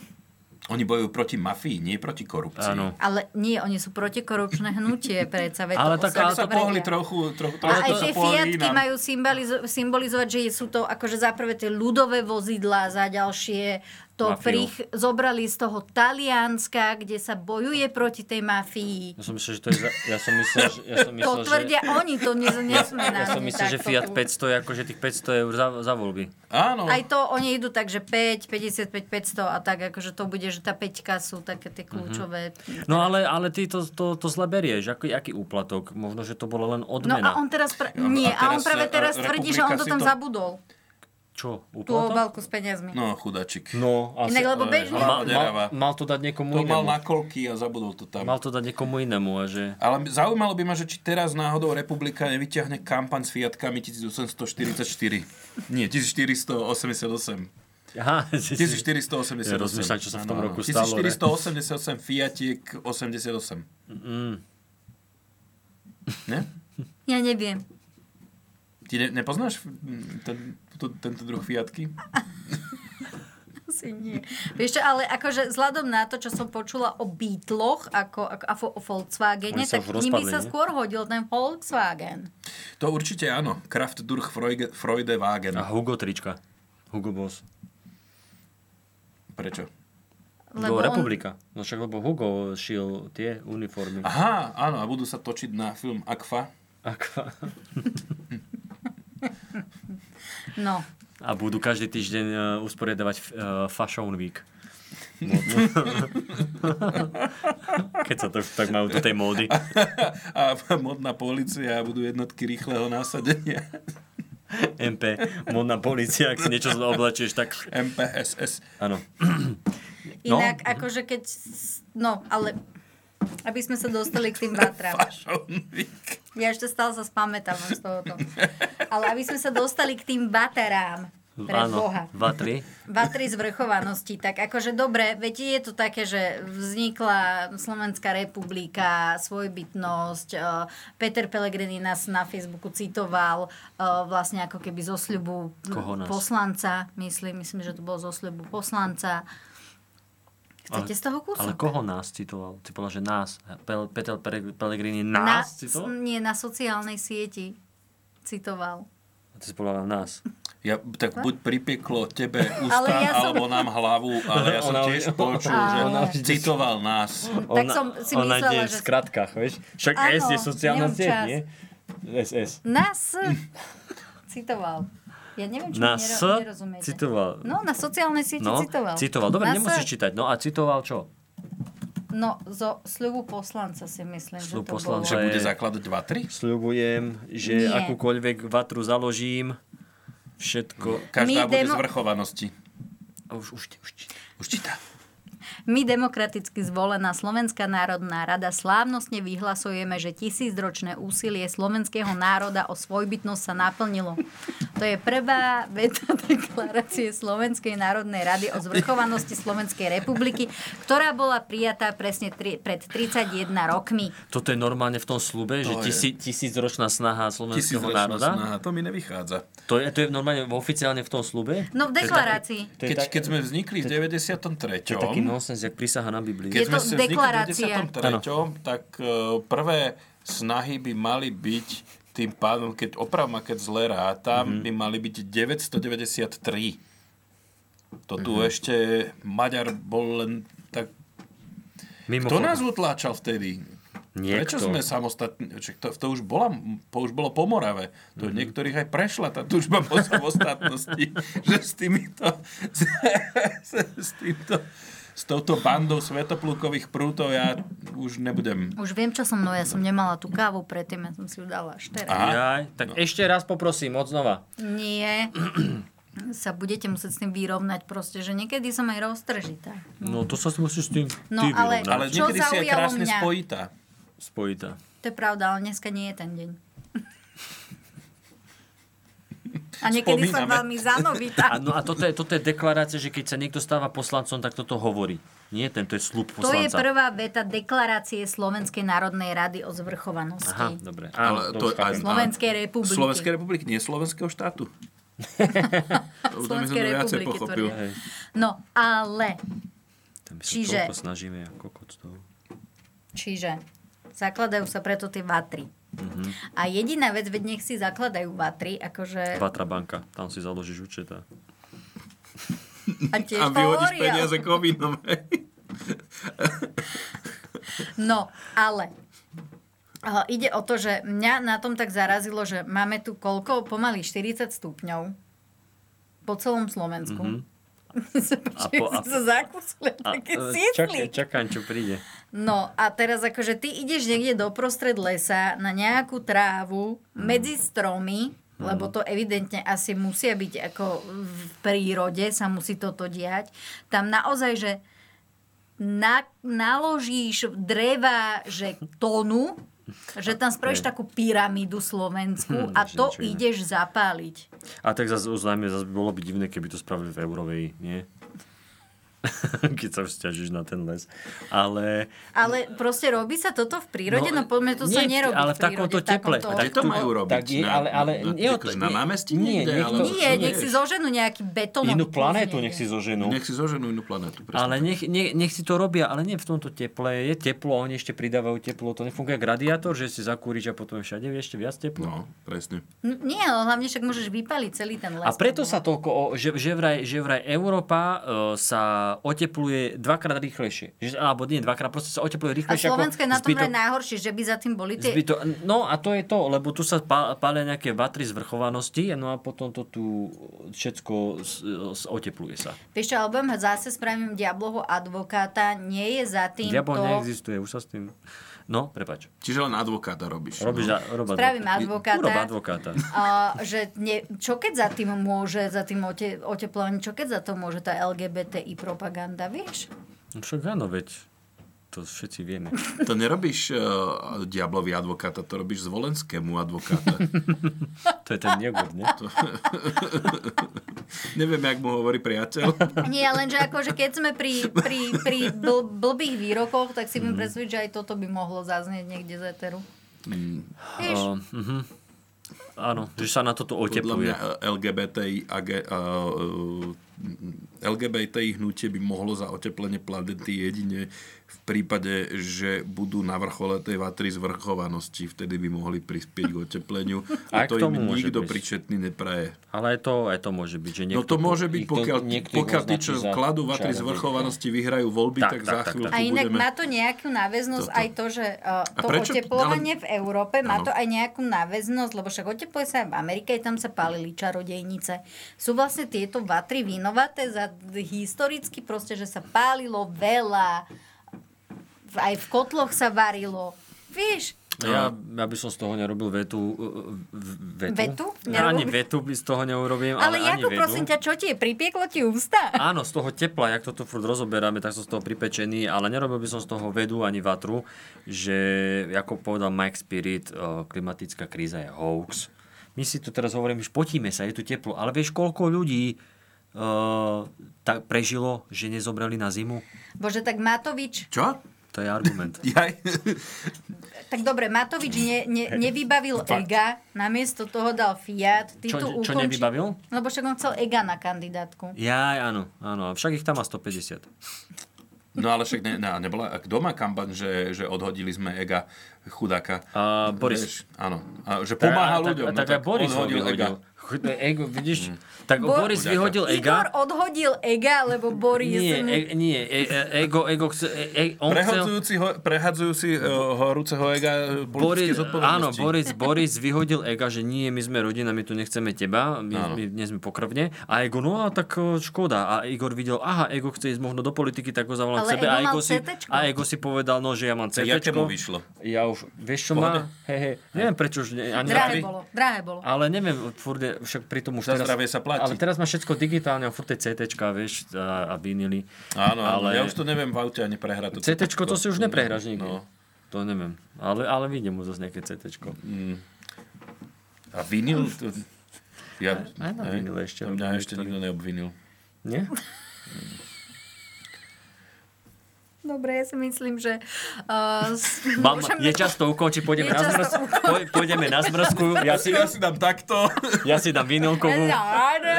Oni bojujú proti mafii, nie proti korupcii. Áno. Ale nie, oni sú protikorupčné hnutie, predsa veď Ale to tak- osveta Tak sa predia. pohli trochu, trochu, trochu A aj sa tie pohli fiatky inám. majú symbolizo- symbolizovať, že sú to akože za prvé tie ľudové vozidlá, za ďalšie to Mafiu. prich, zobrali z toho Talianska, kde sa bojuje proti tej mafii. Ja som myslel, že to je... Za... Ja som myslel, že... Ja som To myslel, tvrdia že... oni, to nie, nesme Ja som myslel, že Fiat 500 je akože tých 500 eur za, za voľby. Áno. Aj to oni idú tak, že 5, 55, 500 a tak, akože to bude, že tá 5 sú také Mhm. tie kľúčové. No ale, ale ty to, to, to zle berieš. Aký, aký úplatok? Možno, že to bola No len a odmena. on teraz, pr- No, nie, a a on teraz, práve e, teraz e, tvrdí, že on republika to si tam to- zabudol, Čo? tú Úplatok? obálku s peniazmi. No, chudáčik. No, asi... Inak, lebo Ale- bežný ale- Ma, Deráva. mal, mal to dať niekomu To mal inému. na kolky a zabudol to tam. Mal to dať niekomu inému a že... Ale m- zaujímalo by ma, že či teraz náhodou republika nevyťahne kampaň s Fiatkami 1844. Nie, 1488. Aha, si- si- 1488. Ja rozmýšľam, čo sa v tom Áno, roku áno. stalo, ne? 1488 Fiatiek 88. Ne? Ja neviem. Ty ne, nepoznáš mm, ten, to, tento druh Fiatky? Asi nie. Vieš čo, ale akože vzhľadom na to, čo som počula o Beatloch ako, ako, a fo- o Volkswagene, Oni sa tak k už ním by rozpadli, sa nie? skôr hodil ten Volkswagen. To určite áno. Kraft durch Freude, Freude Wagen. A Hugo trička. Hm. Hugo Boss. Prečo? Lebo on- Republika. No však lebo Hugo šil tie uniformy. Aha, áno, a budú sa točiť na film Akfa. Aqua. No, A budú každý týždeň uh, usporiadavať uh, Fashion Week. Keď sa to tak majú do tej módy. A modná policia a budú jednotky rýchleho násadenia. MP, módna policia, ak si niečo zle oblečieš, tak... MPSS. Áno. No. inak akože keď... s- No, ale aby sme sa dostali k tým Vatram. Fashion Week. Ja ešte stále sa spamätávam z tohoto. Ale aby sme sa dostali k tým Vatarám. Pre Áno, Boha. Vatri. Vatry zvrchovanosti, tak akože dobre, viete, je to také, že vznikla Slovenská republika, svojbytnosť, e, Peter Pellegrini nás na Facebooku citoval e, vlastne ako keby zo sľubu Koho nás? poslanca, myslím, myslím, že to bolo zo sľubu poslanca. Chcete Ale- z toho kúsok? Ale koho nás citoval? Ty povedal, že nás. Pel, Peter Pere- Pellegrini Na, nás citoval? nie, na sociálnej sieti citoval. A ty si povedal nás. Ja, tak buď pripieklo tebe ústa, Ale ja som- alebo nám hlavu, ale ja som Ona- tiež počul, Ale- že citoval nás. Tak som si ona ide myslela, v že... skratkách, vieš? Však Áno, S je sociálna nemám sieť, čas. nie? SS. Nás citoval. Ja neviem, čo mi Na S nero- nerozumiete. citoval. No, na sociálnej sieti No, citoval. citoval. Dobre, na nemusíš sa- čítať. No a citoval čo? No, zo sľubu poslanca si myslím, že Sľub to poslanca Že bolo. je- bude zakladať vatry? Sľubujem, Nie. že akúkoľvek vatru založím, všetko... Každá My bude demo- zvrchovanosti. A Už, už, už. Už číta. My demokraticky zvolená Slovenská národná rada slávnostne vyhlasujeme, že tisícročné úsilie slovenského národa o svojbytnosť sa naplnilo. To je prvá veta deklarácie Slovenskej národnej rady o zvrchovanosti Slovenskej republiky, ktorá bola prijatá presne tri, pred 31 rokmi. Toto je normálne v tom slube, že je. tisí, tisícročná snaha slovenského Tisícročná národa? snaha, to mi nevychádza. To je, to je normálne oficiálne v tom slube? No v To je taký- deklarácii. to je Keď, tak- keď sme vznikli v To 93. je taký nonsens, jak prísaha na Biblii. Je Keď sme to si vznikli deklarácia. v 93. tak e, prvé snahy by mali byť tým pádom, keď opravma, keď zle rátam, by mali byť 993. To tu ešte Maďar bol len tak... Mimo Kto nás utláčal vtedy? No Niekto. Prečo sme samostatní? Čak To, to, už bola, to už bolo po Morave. To niektorých aj prešla tá tužba po samostatnosti. že s týmito... s týmto... S touto bandou svetoplúkových prútov ja už nebudem. Už viem, čo som, no ja som nemala tú kávu predtým, ja som si ju dala až teraz. Aha. Jaj, tak ešte raz poprosím, od znova. Nie, sa budete musieť s tým vyrovnať proste, že niekedy som aj roztržitá. No to sa si musíš s tým No, ty ale- vyrovnať. Ale Čo niekedy si aj zaujalo krásne mňa? spojitá. Spojitá. To je pravda, ale dneska nie je ten deň. A niekedy som Spomíname. veľmi zanovitá. A, no a toto je, toto je deklarácia, že keď sa niekto stáva poslancom, tak toto hovorí. Nie ten, to je slub To je poslanca. prvá veta deklarácie Slovenskej národnej rady o zvrchovanosti. Aha, dobre. Áno, Ale to, to, aj, Slovenskej republiky. Slovenskej republiky, nie Slovenského štátu. To by som Slovenskej viacej republiky. pochopil. tvrdia. No, ale Tam sa Čiže- toľko snažíme, ako kokot to. Čiže zakladajú sa preto tie vatry. Mm-hmm. Mhm. A jediná vec, veď nech si zakladajú vatry, akože... Vatra banka, tam si založíš účet a A tiež A to vyhodíš hovoria. peniaze kovinom. No, ale eh, ide o to, že mňa na tom tak zarazilo, že máme tu koľko? Pomaly 40 stupňov po celom Slovensku. Mm-hmm. Mhm. A po- a- sa zakúsili a také e, sídli. čak- čakám, čo príde. No a teraz akože ty ideš niekde doprostred lesa na nejakú trávu Mhm. medzi stromy, lebo to evidentne asi musia byť ako v prírode, sa musí toto diať. Tam naozaj, že na, naložíš dreva, že tonu, že tam spravíš Hej. takú pyramídu slovenskú a že to niečo iné. ideš zapáliť. A tak zase uznáme, zase by bolo by divné, keby to spravili v Eurovej, nie? Keď sa vzťažíš na ten les. Ale... Ale proste robí sa toto v prírode, no, no poďme to sa Hm. nie v- nerobí ale v prírode. takomto teple. takomto- A Kde to tu- majú robiť? tak je, Na- ale- ale na- nie o- akože na nie- námestí nie, niekde, nech alebo- to- Nie, nie. nech si zoženú nejaký betónový Inú planétu kus nech si niekde. zoženú. Nech si zoženú inú planetu. presne. Ale nech, nech, nech si to robia, ale nie v tomto teple. Je teplo, oni ešte pridávajú teplo. To nefunguje ako radiátor, že si zakúriš a potom je všade ešte viac teplo. No, presne. N- Nie, ale hlavne však môžeš vypaliť celý ten les. no, A preto sa toľko, o, že, že, vraj, že vraj Európa e, sa otepluje dvakrát rýchlejšie. Že, alebo nie dvakrát, proste sa otepluje A rýchlejšie. Slovensko je na tom zbytok- vraj najhoršie, že by za tým boli tie... Zbyto... No a to je to, lebo tu sa pá- pália nejaké vatry zvrchovanosti, no a potom to tu všetko s- s- otepluje sa. Vieš čo, alebo zase spravím diabloho advokáta, nie je za tým Diabol to... neexistuje, už sa s tým... No, prepač. Čiže len advokáta robíš. Robíš no. rob Spravím advokáta. Urob advokáta. A, že ne, čo keď za tým môže, za tým ote, oteplovaním, čo keď za to môže tá LGBTI propaganda, vieš? No Však áno, veď to všetci vieme. To nerobíš uh, diablový advokáta, to robíš zvolenskému advokáta. To je ten jogurt, ne? Neviem, jak mu hovorí priateľ. Nie, lenže akože keď sme pri, pri, pri bl, blbých výrokoch, tak si Mm. viem predstaviť, že aj toto by mohlo zaznieť niekde z éteru. Vieš? Uh, uh-huh. Áno, že sa na toto Podľa otepluje. mňa eh, LGBTI, AG, eh, LGBTI hnutie by mohlo za oteplenie planety jedine v prípade, že budú na vrchole tej vatry zvrchovanosti, vtedy by mohli prispieť k otepleniu. A A, aj k to tomu im môže nikto byť. príčetný nepraje. Ale aj to, aj to môže byť, že niekto... no to môže po- byť, niekto- pokiaľ, niekto ich pokiaľ tí, označí čo za kladú vatry čarodejníka. zvrchovanosti, vyhrajú voľby, Tak, tak, tak, za tak, chvíľku tak. A inak budeme... má to nejakú náväznosť Toto. aj to, že uh, A to prečo- oteplovanie ale- v Európe má Áno. to aj nejakú náväznosť, lebo však otepluje sa aj v Amerike, aj tam sa palili čarodejnice. Sú vlastne tieto vatry vinovaté za historicky proste, že sa pálilo veľa, v- aj v kotloch sa varilo. Vieš, No Ja, ja by som z toho nerobil vetu. uh, v- Vetu? Vetu? No, Nerobil ani by- vetu by z toho No, ale, neurobím, ale, ale ani ako vedu. prosím ťa, čo ti je, pripieklo ti ústa? Áno, z toho tepla, jak to tu furt rozoberáme, tak som z toho pripečený, ale nerobil by som z toho vedu ani vatru, že, ako povedal Mike Spirit, eh, klimatická kríza je hoax. My si tu teraz hovoríme, že potíme sa, je tu teplo, ale vieš, koľko ľudí eh, tak prežilo, že nezobrali na zimu? Bože, tak Matovič, Čo? To je argument. Jaj. tak dobre, Matovič ne, ne, nevybavil EGA, namiesto toho dal Fiat. Ty Čo- tu čo ukonči- nevybavil? Lebo však on chcel EGA na kandidátku. Ja, áno, áno, a však ich tam má 150. No ale však ne, ne, nebola, a kto má kampaň, že, že odhodili sme Ega chudáka? A Boris. Vieš, áno. A, že Tak- pomáha tak- ľuďom. Tak, no, aj Boris ho odhodil Ega. vyhodil. Ch- Ego, vidíš? Tak Bo- Boris vyhodil Ega. Igor odhodil Ega, lebo Boris... Nie, e, nie, e, e, ego, ego, chce, e, e, on chcel... Prehadzujúci, ho, prehadzujúci uh, horúceho Ega eh, Boris, áno, politické zodpovednosti. Boris, Boris vyhodil Ega, že nie, my sme rodina, my tu nechceme teba, my, Áno. my nie sme pokrvne. A Ego, no a tak e, škoda. A Igor videl, aha, Ego chce ísť možno do politiky, tak ho zavolal Ale k sebe. Ego a, mal Ego si, CTčko. a Ego si povedal, no, že ja mám CT. jaké mu vyšlo? Ja už, vieš čo Pohode. má? Hej, hej, neviem prečo už... Ne, ani Drahé bolo, drahé bolo. Ale neviem, furt je, však pritom už Za zdravie sa platí. Ale teraz má všetko digitálne, a furt je CTčka, vieš, a, a vinily. Áno, ale... ale- ja už to neviem v aute ani prehrať. CT to si už neprehráš nikdy. No. No. To neviem. Ale, ale vidím mu zase nejaké CT. A vinil? To... Ja, aj na hej, vinile ešte to Mňa robili, ešte ktorý- nikto neobvinil. Nie? Dobre, ja si myslím, že... Uh, s- Mám, môžeme- je čas to ukončiť, Je pôjdeme na, čas to zmrz... poj, pôjdeme na zmrzku, ja si, Ja si dám takto. ja si dám vinilkovú. Áno, áno.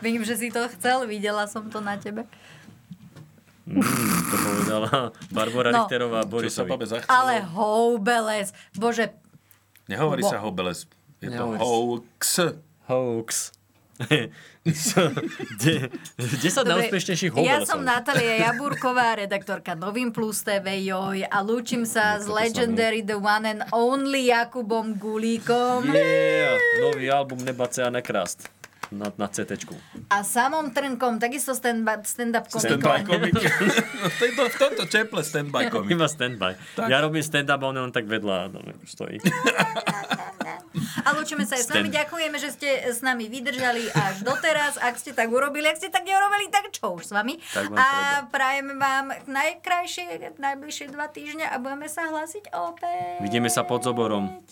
Viem, že si to chcel, videla som to na tebe. Mm, to povedala Barbara No. no, Richterová Čo sa Borisovi. babe zachcelo? Ale houbeles, bože, Nehovorí Bo- sa hobeles. Je to Nehovorí sa. hoax. Hoax. De- 10 Dobre, najúspešnejších Ja hobelcov. som Natália Jaburková, redaktorka Novým Plus TV, joj, a lúčim sa s Legendary The One and Only Jakubom Gulíkom Yeah, nový album Nebace a nekrast. Na, na CTčku. a samom Trnkom, takisto stand-up, stand-up Stand-by komikom. komik. v, tejto, v tomto teple stand-by komik. Iba standby. Ja robím stand-up a on je len tak vedľa no, stojí. A lúčime sa aj s nami, Stand- ďakujeme, že ste s nami vydržali až doteraz. Ak ste tak urobili, ak ste tak neurobili, tak čo už s vami. Tak vám A prajeme vám najkrajšie, najbližšie dva týždne a budeme sa hlásiť opäť. Vidíme sa pod zoborom.